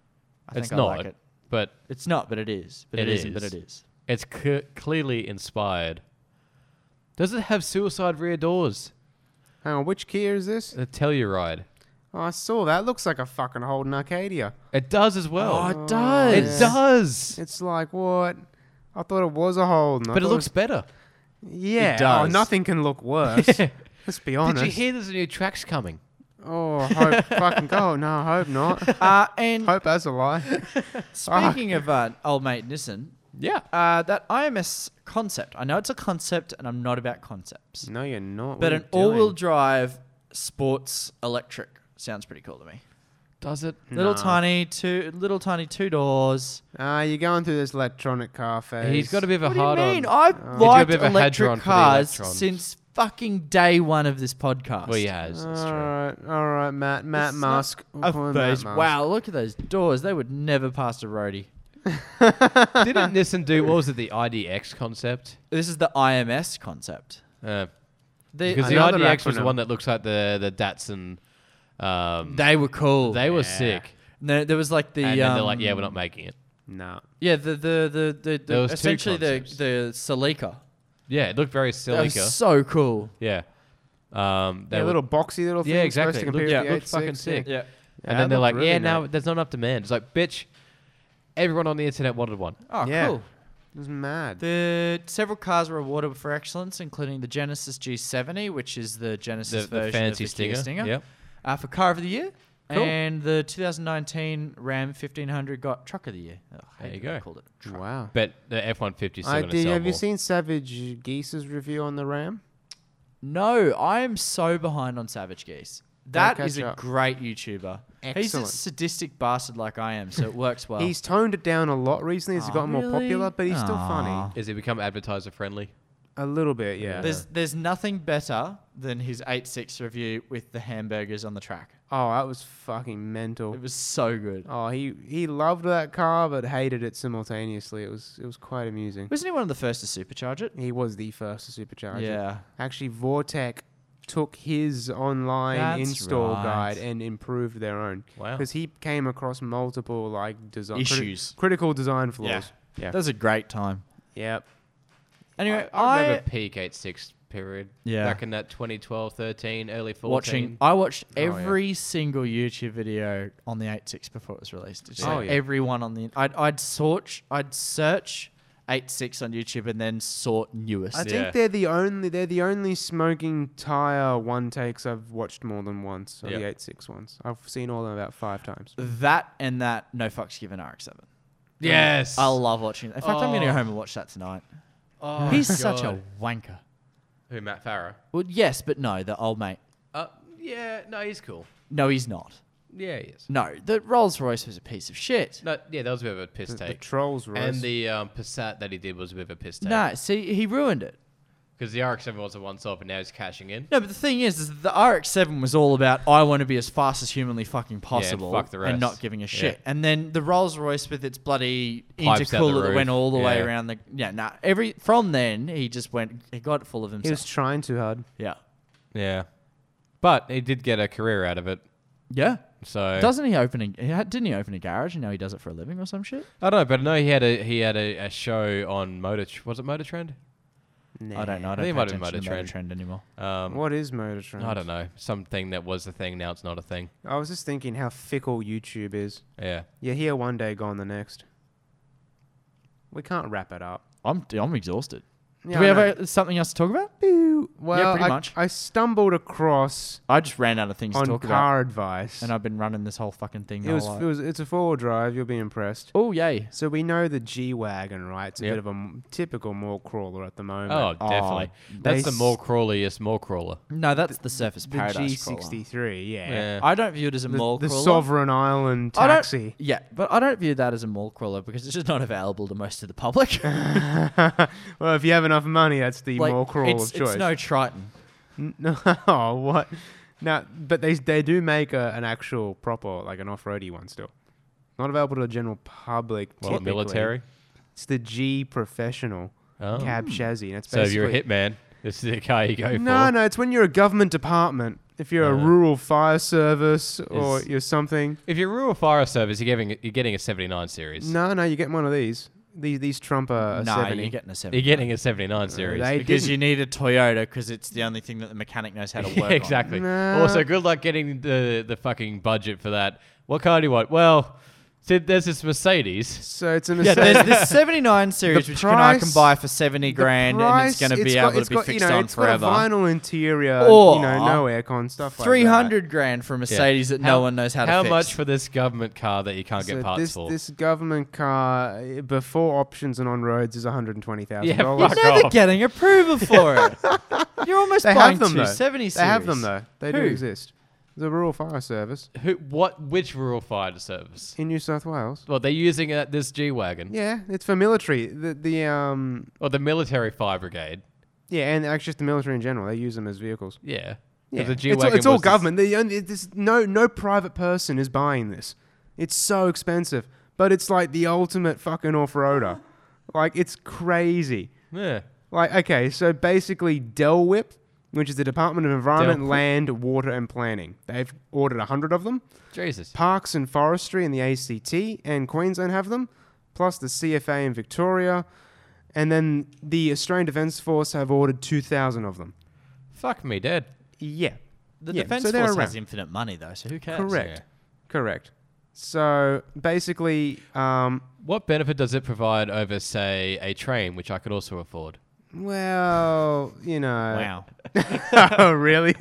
Speaker 4: I
Speaker 2: it's
Speaker 4: think
Speaker 2: not,
Speaker 4: I like it.
Speaker 2: but
Speaker 4: It's not, but it is. But
Speaker 2: It
Speaker 4: it isn't, but
Speaker 2: is.
Speaker 4: it is.
Speaker 2: it's c- clearly inspired. Does it have suicide rear doors?
Speaker 3: Hang on, which Kia is this?
Speaker 2: The Telluride.
Speaker 3: Oh, I saw that. Looks like a fucking Holden Arcadia.
Speaker 2: It does as well.
Speaker 4: Oh, it does.
Speaker 2: it does.
Speaker 3: It's like what? I thought it was a Holden. I
Speaker 2: But it
Speaker 3: thought
Speaker 2: looks better.
Speaker 3: Yeah.
Speaker 4: It does.
Speaker 3: Oh, nothing can look worse. Let's be honest.
Speaker 2: Did you hear there's a new tracks coming?
Speaker 3: Oh, I hope fucking go. No, I hope not.
Speaker 4: Uh, and
Speaker 3: hope that's a lie.
Speaker 4: speaking of uh, old mate Nissan,
Speaker 2: Yeah.
Speaker 4: uh, that IMS concept. I know it's a concept, and I'm not about concepts.
Speaker 3: No, you're not.
Speaker 4: But an all-wheel drive sports electric sounds pretty cool to me.
Speaker 2: Does it?
Speaker 4: Little tiny two, little tiny two doors.
Speaker 3: Ah, you're going through this electronic car phase.
Speaker 2: He's got a bit of a
Speaker 4: What do you
Speaker 2: hard
Speaker 4: mean? Uh,
Speaker 2: on.
Speaker 4: I've
Speaker 2: He's got a
Speaker 4: liked
Speaker 2: bit of a
Speaker 4: electric
Speaker 2: hadron for the
Speaker 4: cars
Speaker 2: electrons.
Speaker 4: since fucking day one of this podcast.
Speaker 2: Well, he has. That's
Speaker 3: All
Speaker 2: true.
Speaker 3: right, all right, Matt. Matt
Speaker 4: It's not
Speaker 3: Musk. We'll
Speaker 4: Of
Speaker 3: call him Matt
Speaker 4: those-
Speaker 3: Musk.
Speaker 4: wow, look at those doors. They would never pass a roadie. Ah.
Speaker 2: Didn't Nissan do what was it? The IDX concept.
Speaker 4: This is the IMS concept.
Speaker 2: Uh,
Speaker 4: They,
Speaker 2: because the
Speaker 3: Another
Speaker 2: IDX was the
Speaker 3: acronym.
Speaker 2: one that looks like the the Datsun. Um,
Speaker 4: they were cool.
Speaker 2: they were sick,
Speaker 4: No, there was like the
Speaker 2: and then
Speaker 4: um,
Speaker 2: they're like, "Yeah, we're not making it."
Speaker 3: No.
Speaker 4: Yeah, the the the, the,
Speaker 2: There
Speaker 4: the
Speaker 2: was two
Speaker 4: essentially the
Speaker 2: concepts.
Speaker 4: the Celica.
Speaker 2: Yeah, it looked very
Speaker 4: That was
Speaker 2: silica.
Speaker 4: so cool.
Speaker 2: yeah, um, they
Speaker 3: They're
Speaker 2: were-
Speaker 3: little boxy little
Speaker 2: Yeah,
Speaker 3: things.
Speaker 2: exactly.
Speaker 3: supposed to
Speaker 2: Look-
Speaker 3: compare
Speaker 2: yeah,
Speaker 3: with the
Speaker 2: look fucking
Speaker 3: 86, yeah.
Speaker 2: sick.
Speaker 4: Yeah.
Speaker 2: and
Speaker 3: Yeah,
Speaker 2: then they're
Speaker 3: look
Speaker 2: like,
Speaker 3: really
Speaker 2: "Yeah,
Speaker 3: nice.
Speaker 2: now there's not enough demand." It's like, bitch, everyone on the internet wanted one.
Speaker 4: Oh,
Speaker 3: Yeah.
Speaker 4: cool.
Speaker 3: It was mad.
Speaker 4: The several cars were awarded for excellence, including the Genesis G70, which is the
Speaker 2: The,
Speaker 4: Genesis
Speaker 2: the
Speaker 4: version
Speaker 2: fancy
Speaker 4: of the
Speaker 2: stinger.
Speaker 4: Kia Stinger,
Speaker 2: Yep.
Speaker 4: uh, for Car of the Year.
Speaker 2: Cool.
Speaker 4: And the 2019 Ram 1500 got Truck of the Year. Oh, I
Speaker 2: There
Speaker 4: hate
Speaker 2: you
Speaker 4: that I
Speaker 2: go.
Speaker 4: Called it. a Truck.
Speaker 3: Wow.
Speaker 2: But the F one fifty still
Speaker 3: I
Speaker 2: going to
Speaker 3: did.
Speaker 2: sell
Speaker 3: Have
Speaker 2: more.
Speaker 3: you seen Savage Geese's review on the Ram?
Speaker 4: No, I am so behind on Savage Geese. That
Speaker 3: catch
Speaker 4: is a
Speaker 3: up.
Speaker 4: great YouTuber. He's a
Speaker 3: Excellent.
Speaker 4: sadistic bastard like I am, so it works well.
Speaker 3: He's toned it down a lot recently. He's
Speaker 4: Aw,
Speaker 3: gotten more popular,
Speaker 4: really?
Speaker 3: but he's still
Speaker 4: Aw.
Speaker 3: funny.
Speaker 2: Is it become advertiser friendly?
Speaker 3: A little bit, yeah.
Speaker 4: There's there's nothing better than his eight six review with the hamburgers on the track.
Speaker 3: oh, that was fucking mental.
Speaker 4: It was so good.
Speaker 3: Oh, he he loved that car but hated it simultaneously. It was it was quite amusing.
Speaker 4: Wasn't he one of the first to supercharge it?
Speaker 3: He was the first to supercharge. it.
Speaker 4: Yeah.
Speaker 3: Actually, Vortec took his online
Speaker 4: That's
Speaker 3: install
Speaker 4: right.
Speaker 3: guide and improved their own.
Speaker 2: Wow.
Speaker 3: Because he came across multiple like design criti-
Speaker 4: Issues.
Speaker 3: critical design flaws. Yeah.
Speaker 4: That was a great time.
Speaker 3: Yep.
Speaker 4: Anyway,
Speaker 2: I, I
Speaker 4: I,
Speaker 2: remember peak 86 period.
Speaker 4: Yeah.
Speaker 2: Back in that 2012, 13, early Um, 14.
Speaker 4: watching. I watched
Speaker 3: Oh,
Speaker 4: every single YouTube video on the 86 before it was released. Just
Speaker 3: Oh,
Speaker 4: like
Speaker 3: yeah.
Speaker 4: everyone on the. I'd, I'd search. I'd search 86 on YouTube and then sort newest.
Speaker 3: I
Speaker 2: Yeah.
Speaker 3: think they're the only they're the only smoking tire one takes I've watched more than once. Or the
Speaker 2: Yeah.
Speaker 3: eight six ones. I've seen all of them about five times.
Speaker 4: that and that no fucks given RX7.
Speaker 2: Yes.
Speaker 4: I love watching. it. In fact, I'm gonna
Speaker 2: Oh.
Speaker 4: go home and watch that tonight.
Speaker 2: Oh,
Speaker 4: He's such a
Speaker 2: God.
Speaker 4: wanker.
Speaker 2: Who, Matt Farah?
Speaker 4: Well, yes, but no, the old mate.
Speaker 2: Uh, yeah, no, he's cool.
Speaker 4: No, he's not.
Speaker 2: Yeah, he is.
Speaker 4: No, the Rolls Royce was a piece of shit.
Speaker 2: No, yeah, that was a bit of a piss
Speaker 3: The, the
Speaker 2: take.
Speaker 3: trolls were
Speaker 2: and the um, Passat that he did was a bit of a piss take.
Speaker 4: No, see, he ruined it.
Speaker 2: Because the RX-7 was a once-off and now he's cashing in.
Speaker 4: No, but the thing is, is the RX-7 was all about I want to be as fast as humanly fucking possible
Speaker 2: fuck the
Speaker 4: and not
Speaker 2: rest.
Speaker 4: giving a
Speaker 2: Yeah.
Speaker 4: shit. And then the Rolls Royce with its bloody
Speaker 2: Pipes out the
Speaker 4: intercooler that
Speaker 2: roof.
Speaker 4: went all the way
Speaker 2: Yeah.
Speaker 4: around the yeah. Nah, every from then he just went he got full of
Speaker 3: he
Speaker 4: himself.
Speaker 3: was trying too hard.
Speaker 4: yeah,
Speaker 2: Yeah. But he did get a career out of it.
Speaker 4: yeah.
Speaker 2: So
Speaker 4: Doesn't he open a he had- didn't he open a garage and now he does it for a living or some shit?
Speaker 2: I don't know, but I know he had a he had a, a show on Motor Tr- was it Motor Trend?
Speaker 3: Nah.
Speaker 4: I don't know. I
Speaker 2: I
Speaker 4: don't
Speaker 2: think it
Speaker 4: pay
Speaker 2: might have been
Speaker 4: attention
Speaker 2: Motor
Speaker 4: to Motor
Speaker 2: Trend.
Speaker 4: Trend anymore.
Speaker 2: Um,
Speaker 3: What is motor trend?
Speaker 2: I don't know. Something that was a thing now it's not a thing.
Speaker 3: I was just thinking how fickle YouTube is.
Speaker 2: Yeah.
Speaker 3: You're here one day, gone the next. We can't wrap it up.
Speaker 4: I'm I'm exhausted.
Speaker 3: Yeah,
Speaker 4: Do we
Speaker 3: I know.
Speaker 4: have uh something else to talk about?
Speaker 3: Well,
Speaker 4: Yeah, pretty
Speaker 3: I,
Speaker 4: much.
Speaker 3: I stumbled across
Speaker 4: I just ran out of things to
Speaker 3: on
Speaker 4: talk about,
Speaker 3: car advice.
Speaker 4: and I've been running this whole fucking thing.
Speaker 3: it was, it was it's a four wheel drive. You'll be impressed.
Speaker 4: oh yay.
Speaker 3: So we know the G wagon, right? It's a
Speaker 2: Yep.
Speaker 3: bit of a m- typical mall crawler at the moment.
Speaker 2: Oh,
Speaker 4: Oh,
Speaker 2: definitely.
Speaker 3: they
Speaker 2: That's the more
Speaker 3: s-
Speaker 2: crawliest more crawler.
Speaker 4: No, that's the, Surface
Speaker 3: the
Speaker 4: Paradise
Speaker 3: G
Speaker 4: crawler.
Speaker 3: sixty three. Yeah.
Speaker 2: Yeah.
Speaker 4: I don't view it as a
Speaker 3: The,
Speaker 4: mall
Speaker 3: the
Speaker 4: crawler.
Speaker 3: Sovereign Island
Speaker 4: I don't-
Speaker 3: taxi.
Speaker 4: Yeah, but I don't view that as a mall crawler because it's just not available to most of the public.
Speaker 3: well, if you have enough money, that's the
Speaker 4: like,
Speaker 3: mall crawler
Speaker 4: it's,
Speaker 3: of choice.
Speaker 4: it's no Triton.
Speaker 3: No, oh, what? No, but they they do make a, an actual proper like an off-roady one still. Not available to the general public.
Speaker 2: Well,
Speaker 3: typically.
Speaker 2: military.
Speaker 3: It's the G Professional
Speaker 2: Oh.
Speaker 3: cab chassis. And it's
Speaker 2: So if you're a
Speaker 3: basically-
Speaker 2: hitman, this is the car you go
Speaker 3: No,
Speaker 2: for.
Speaker 3: no, it's when you're a government department. If you're a
Speaker 2: Uh,
Speaker 3: rural fire service or
Speaker 2: is-
Speaker 3: you're something.
Speaker 2: If you're rural fire service, you're getting you're getting a 79 series.
Speaker 3: No, no, you get one of these. These these trump are a E.
Speaker 4: nah,
Speaker 3: 70.
Speaker 4: you're getting a seven. E.
Speaker 2: You're getting a 79 series.
Speaker 3: they-
Speaker 4: because you need a Toyota because it's the only thing that the mechanic knows how to work
Speaker 2: yeah,
Speaker 4: on.
Speaker 2: exactly.
Speaker 3: Nah.
Speaker 2: Also, good luck getting the the fucking budget for that. What car do you want? Well, see, there's this Mercedes.
Speaker 3: so it's a
Speaker 4: Yeah,
Speaker 3: mistake.
Speaker 4: there's this 79 series which can, I can
Speaker 3: price-
Speaker 4: buy for 70
Speaker 3: The
Speaker 4: grand and it's
Speaker 3: price,
Speaker 4: going to be
Speaker 3: got-
Speaker 4: able
Speaker 3: it's
Speaker 4: to be
Speaker 3: got,
Speaker 4: fixed
Speaker 3: you know,
Speaker 4: on
Speaker 3: it's
Speaker 4: forever.
Speaker 3: got a vinyl interior, you know,
Speaker 4: Or
Speaker 3: no aircon stuff like that.
Speaker 4: 300 grand for a Mercedes that no
Speaker 2: How-
Speaker 4: one knows how to
Speaker 2: How
Speaker 4: fix.
Speaker 2: much for this government car that you can't
Speaker 3: So
Speaker 2: get parts
Speaker 3: this,
Speaker 2: for?
Speaker 3: This government car uh, before options and on roads is one hundred and twenty thousand
Speaker 2: Yeah,
Speaker 3: dollars.
Speaker 2: fuck
Speaker 4: You're never
Speaker 2: off.
Speaker 4: getting approval for it. You're almost
Speaker 3: They
Speaker 4: buying
Speaker 3: have them
Speaker 4: two
Speaker 3: though.
Speaker 4: 70
Speaker 3: They have them
Speaker 4: series.
Speaker 3: though. They
Speaker 4: Who?
Speaker 3: do exist. The Rural Fire Service
Speaker 2: Who? What? Which rural fire service?
Speaker 3: in New South Wales.
Speaker 2: Well, they're using uh, this G wagon
Speaker 3: Yeah, it's for military. The the um
Speaker 2: or the military fire brigade.
Speaker 3: yeah, and actually just the military in general. They use them as vehicles.
Speaker 2: Yeah. 'Cause
Speaker 3: Yeah,
Speaker 2: The G
Speaker 3: it's, all-
Speaker 2: wagon.
Speaker 3: it's all
Speaker 2: was this-
Speaker 3: government. The only, this, no no private person is buying this. It's so expensive, but it's like the ultimate fucking off roader. like it's crazy.
Speaker 2: yeah.
Speaker 3: Like, okay, so basically, Del Whip, which is the Department of Environment,
Speaker 2: Del-
Speaker 3: Land, Water, and Planning, they've ordered 100 of them.
Speaker 2: Jesus.
Speaker 3: Parks and Forestry in the ACT and Queensland have them, plus the CFA in Victoria. And then the Australian Defence Force have ordered 2,000 of them.
Speaker 2: Fuck me, dead.
Speaker 3: Yeah.
Speaker 4: The
Speaker 3: Yeah,
Speaker 4: defense
Speaker 3: so they're
Speaker 4: force has
Speaker 3: around.
Speaker 4: infinite money though, so who cares?
Speaker 3: Correct. Correct. So basically, um,
Speaker 2: What benefit does it provide over, say, a train, which I could also afford?
Speaker 3: well, you know.
Speaker 4: Wow.
Speaker 3: Wow. Oh, really?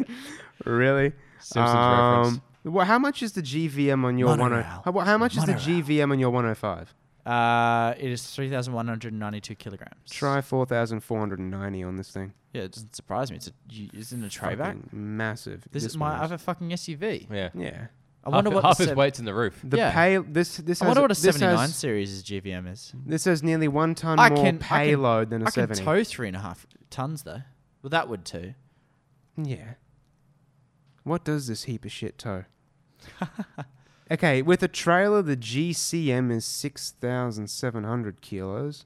Speaker 3: really?
Speaker 2: Simpsons reference.
Speaker 3: Well, how much is the GVM on your one? oh,
Speaker 4: Monorail.
Speaker 3: How, wha- how much
Speaker 4: Monorail.
Speaker 3: is the GVM on your 105?
Speaker 4: Uh, it is 3,192 kilograms.
Speaker 3: Try 4,490 on this thing.
Speaker 4: Yeah, it doesn't surprise me. It's, a, you- it's in a trayback.
Speaker 3: Fucking Massive.
Speaker 4: This, is
Speaker 3: one
Speaker 4: my other fucking SUV.
Speaker 2: Yeah.
Speaker 3: Yeah.
Speaker 4: I wonder
Speaker 2: half
Speaker 4: what
Speaker 2: half
Speaker 4: the
Speaker 2: his
Speaker 4: sev-
Speaker 2: weight's in the roof.
Speaker 3: The
Speaker 4: Yeah.
Speaker 3: pay. This this
Speaker 4: I
Speaker 3: has
Speaker 4: wonder what a
Speaker 3: this
Speaker 4: 79
Speaker 3: Has,
Speaker 4: series GVM is.
Speaker 3: this has nearly one ton
Speaker 4: I
Speaker 3: more
Speaker 4: can- I can-
Speaker 3: payload than a
Speaker 4: I can
Speaker 3: 70.
Speaker 4: tow three and a half tons though. Well, that would too.
Speaker 3: yeah. What does this heap of shit tow? okay, with a trailer, the GCM is 6,700 kilos.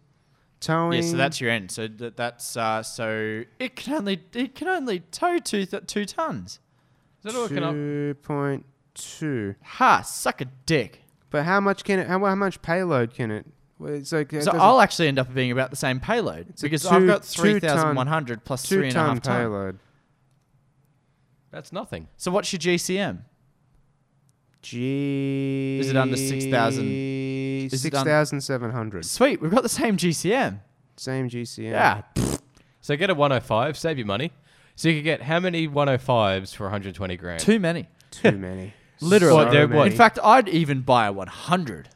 Speaker 3: Towing.
Speaker 4: Yeah, so that's your end. So th- that's uh, so it can only it can only tow two th- two tons.
Speaker 2: Is that all it can up?
Speaker 3: 2.2.
Speaker 4: Ha! Suck a dick.
Speaker 3: But how much can it? How, how much payload can it? Well, It's like it
Speaker 4: so
Speaker 3: doesn't-
Speaker 4: I'll actually end up being about the same payload
Speaker 3: It's a
Speaker 4: because
Speaker 3: two-
Speaker 4: I've got
Speaker 3: two ton-
Speaker 4: three thousand one hundred plus
Speaker 3: two
Speaker 4: three and a half
Speaker 3: ton
Speaker 4: ton.
Speaker 3: payload.
Speaker 2: That's nothing.
Speaker 4: So what's your GCM?
Speaker 3: G.
Speaker 4: Is it under 6,000? Is it
Speaker 3: Six
Speaker 4: un-
Speaker 3: thousand seven hundred.
Speaker 4: Sweet, we've got the same GCM.
Speaker 3: Same GCM.
Speaker 4: Yeah.
Speaker 2: So get a 105, save your money. So you could get how many 105s for 120 grand?
Speaker 4: Too many.
Speaker 3: Too many.
Speaker 4: Literally.
Speaker 2: Well, they're what-
Speaker 4: In fact, I'd even buy a 100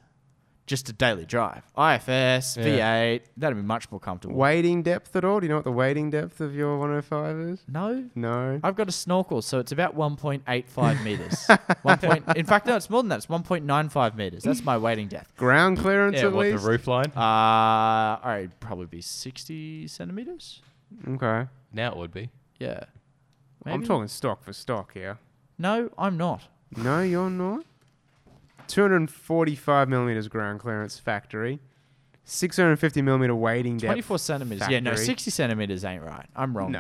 Speaker 4: just a daily drive. IFS,
Speaker 2: Yeah.
Speaker 4: V8, that'd be much more comfortable.
Speaker 3: Wading depth at all? Do you know what the wading depth of your 105 is?
Speaker 4: No.
Speaker 3: No.
Speaker 4: I've got a snorkel, so it's about 1.85 meters. One point, in fact, no, it's more than that. It's 1.95 meters. That's my wading depth.
Speaker 3: Ground clearance
Speaker 2: yeah,
Speaker 3: at
Speaker 2: what, the
Speaker 3: least.
Speaker 2: roof line?
Speaker 4: Uh, all right, it'd probably be 60 centimeters.
Speaker 3: okay.
Speaker 2: now it would be.
Speaker 4: Yeah.
Speaker 3: I'm
Speaker 4: Maybe.
Speaker 3: talking stock for stock here.
Speaker 4: No, I'm not.
Speaker 3: No, you're not. 245 millimeters ground clearance factory. 650 millimeter wading depth.
Speaker 4: 24 centimeters. Yeah, no,
Speaker 3: factory.
Speaker 4: 60 centimeters ain't right. I'm wrong.
Speaker 3: No.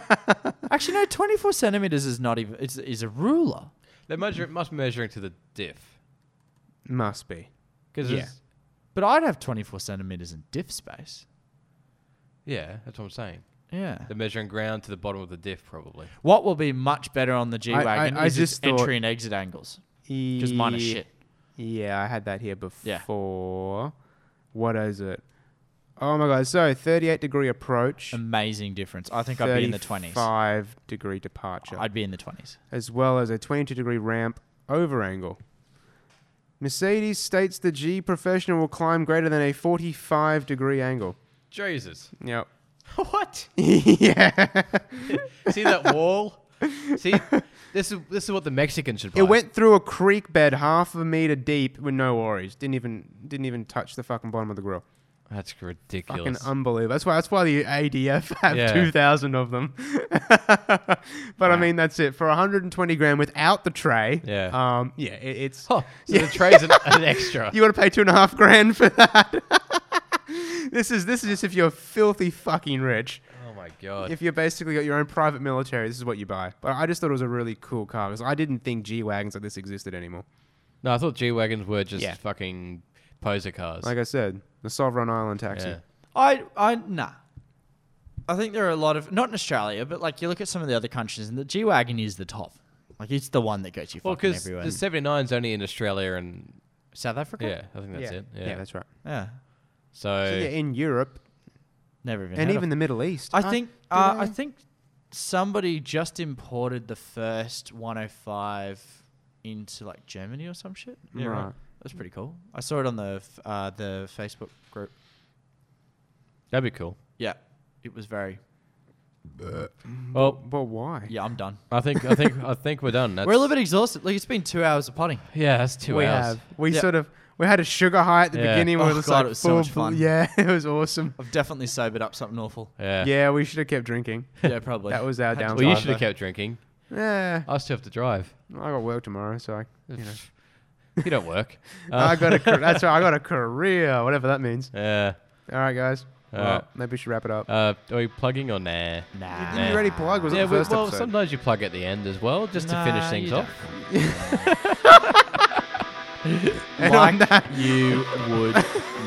Speaker 4: Actually, no, 24 centimeters is not even, it's, is a ruler.
Speaker 2: They measure, it must be measuring to the diff.
Speaker 3: Must be.
Speaker 2: Because
Speaker 4: Yeah.
Speaker 2: yeah.
Speaker 4: But I'd have 24 centimeters in diff space.
Speaker 2: yeah, that's what I'm saying.
Speaker 4: Yeah.
Speaker 2: They're measuring ground to the bottom of the diff, probably.
Speaker 4: What will be much better on the G
Speaker 3: I-
Speaker 4: wagon
Speaker 3: I- I
Speaker 4: is its
Speaker 3: just thought-
Speaker 4: entry and exit angles because mine are
Speaker 3: Yeah.
Speaker 4: shit.
Speaker 3: Yeah, I had that here before. What is it? Oh my god. So 38 degree approach.
Speaker 4: Amazing difference. I think I'd be in the twenties.
Speaker 3: 5 degree departure.
Speaker 4: I'd be in the twenties.
Speaker 3: as well as a 22 degree ramp over angle. Mercedes states the G professional will climb greater than a 45 degree angle.
Speaker 2: Jesus.
Speaker 3: Yep.
Speaker 2: what?
Speaker 3: yeah.
Speaker 2: See that wall? See, this is this is what the Mexicans should buy.
Speaker 3: It went through a creek bed half a meter deep with no worries. Didn't even didn't even touch the fucking bottom of the grill.
Speaker 2: That's
Speaker 3: Fucking um-
Speaker 2: ridiculous.
Speaker 3: unbelievable. That's why that's why the ADF have
Speaker 2: Yeah.
Speaker 3: 2000 of them. but I mean that's it for 120 grand without the tray.
Speaker 2: Yeah.
Speaker 3: Um yeah, it, it's
Speaker 2: Huh, so the tray's an, an extra.
Speaker 3: You got to pay two and a half grand for that. this is this is just if you're filthy fucking rich.
Speaker 2: oh my god.
Speaker 3: If you're basically got your own private military, this is what you buy. But I just thought it was a really cool car because I didn't think G wagons like this existed anymore.
Speaker 2: no, I thought G wagons were just
Speaker 3: Yeah.
Speaker 2: fucking poser cars.
Speaker 3: Like I said, the Sovereign Island taxi.
Speaker 2: yeah.
Speaker 4: I I nah. I think there are a lot of not in Australia, but like you look at some of the other countries, and the G wagon is the top. Like it's the one that goes you
Speaker 2: Well,
Speaker 4: fucking
Speaker 2: because
Speaker 4: everywhere.
Speaker 2: the 79's only in Australia and
Speaker 4: South Africa.
Speaker 2: yeah, I think that's it. Yeah.
Speaker 3: that's right.
Speaker 4: Yeah.
Speaker 2: so,
Speaker 3: So yeah, in Europe
Speaker 4: Never even.
Speaker 3: and
Speaker 4: heard of
Speaker 3: even the Middle East.
Speaker 4: I think
Speaker 3: do
Speaker 4: uh, I
Speaker 3: they?
Speaker 4: think somebody just imported the first 105 into like Germany or some shit.
Speaker 3: Yeah, right. Right.
Speaker 4: That's pretty cool. I saw it on the f- uh, the Facebook group.
Speaker 2: that'd be cool.
Speaker 4: Yeah, it was very.
Speaker 2: Well,
Speaker 3: Well, why?
Speaker 4: Yeah, I'm done.
Speaker 2: I think I think I think we're done. That's,
Speaker 4: We're a little bit exhausted. Like it's been two hours of potting.
Speaker 2: Yeah, that's two
Speaker 3: we
Speaker 2: hours.
Speaker 3: have we
Speaker 4: Yeah.
Speaker 3: sort of we had a sugar high at the
Speaker 2: Yeah.
Speaker 3: beginning. We
Speaker 4: Oh,
Speaker 3: were just
Speaker 4: God,
Speaker 3: like
Speaker 4: it was so much
Speaker 3: full-
Speaker 4: fun.
Speaker 3: Yeah, it was awesome.
Speaker 4: I've definitely sobered up something awful.
Speaker 2: Yeah.
Speaker 3: Yeah, we should have kept drinking.
Speaker 4: Yeah, probably.
Speaker 3: That was our
Speaker 4: Had to
Speaker 2: Well, you
Speaker 3: downside.
Speaker 2: should have kept drinking.
Speaker 3: Yeah.
Speaker 2: I still have to drive.
Speaker 3: I got work tomorrow, so I, you know.
Speaker 2: You don't work.
Speaker 3: I got a car- that's right. I got a career, whatever that means.
Speaker 2: Yeah.
Speaker 3: All right, guys.
Speaker 2: All
Speaker 3: well,
Speaker 2: right.
Speaker 3: maybe we should wrap it up.
Speaker 2: Uh, are we plugging or nah?
Speaker 4: Nah.
Speaker 3: Didn't you already plug? Was it
Speaker 2: yeah,
Speaker 3: the first
Speaker 2: well,
Speaker 3: episode?
Speaker 2: sometimes you plug at the end as well, just to finish
Speaker 4: Nah,
Speaker 2: things
Speaker 4: you
Speaker 2: off.
Speaker 3: And on
Speaker 4: like
Speaker 3: that-
Speaker 4: you would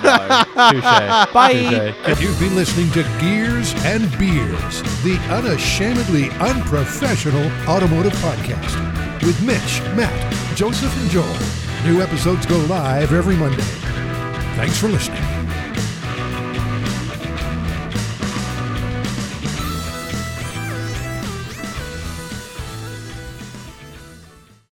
Speaker 4: know.
Speaker 2: Touche.
Speaker 4: Bye.
Speaker 2: Touche.
Speaker 1: You've been listening to Gears and Beers, the unashamedly unprofessional automotive podcast with Mitch, Matt, Joseph, and Joel. New episodes go live every Monday. Thanks for listening.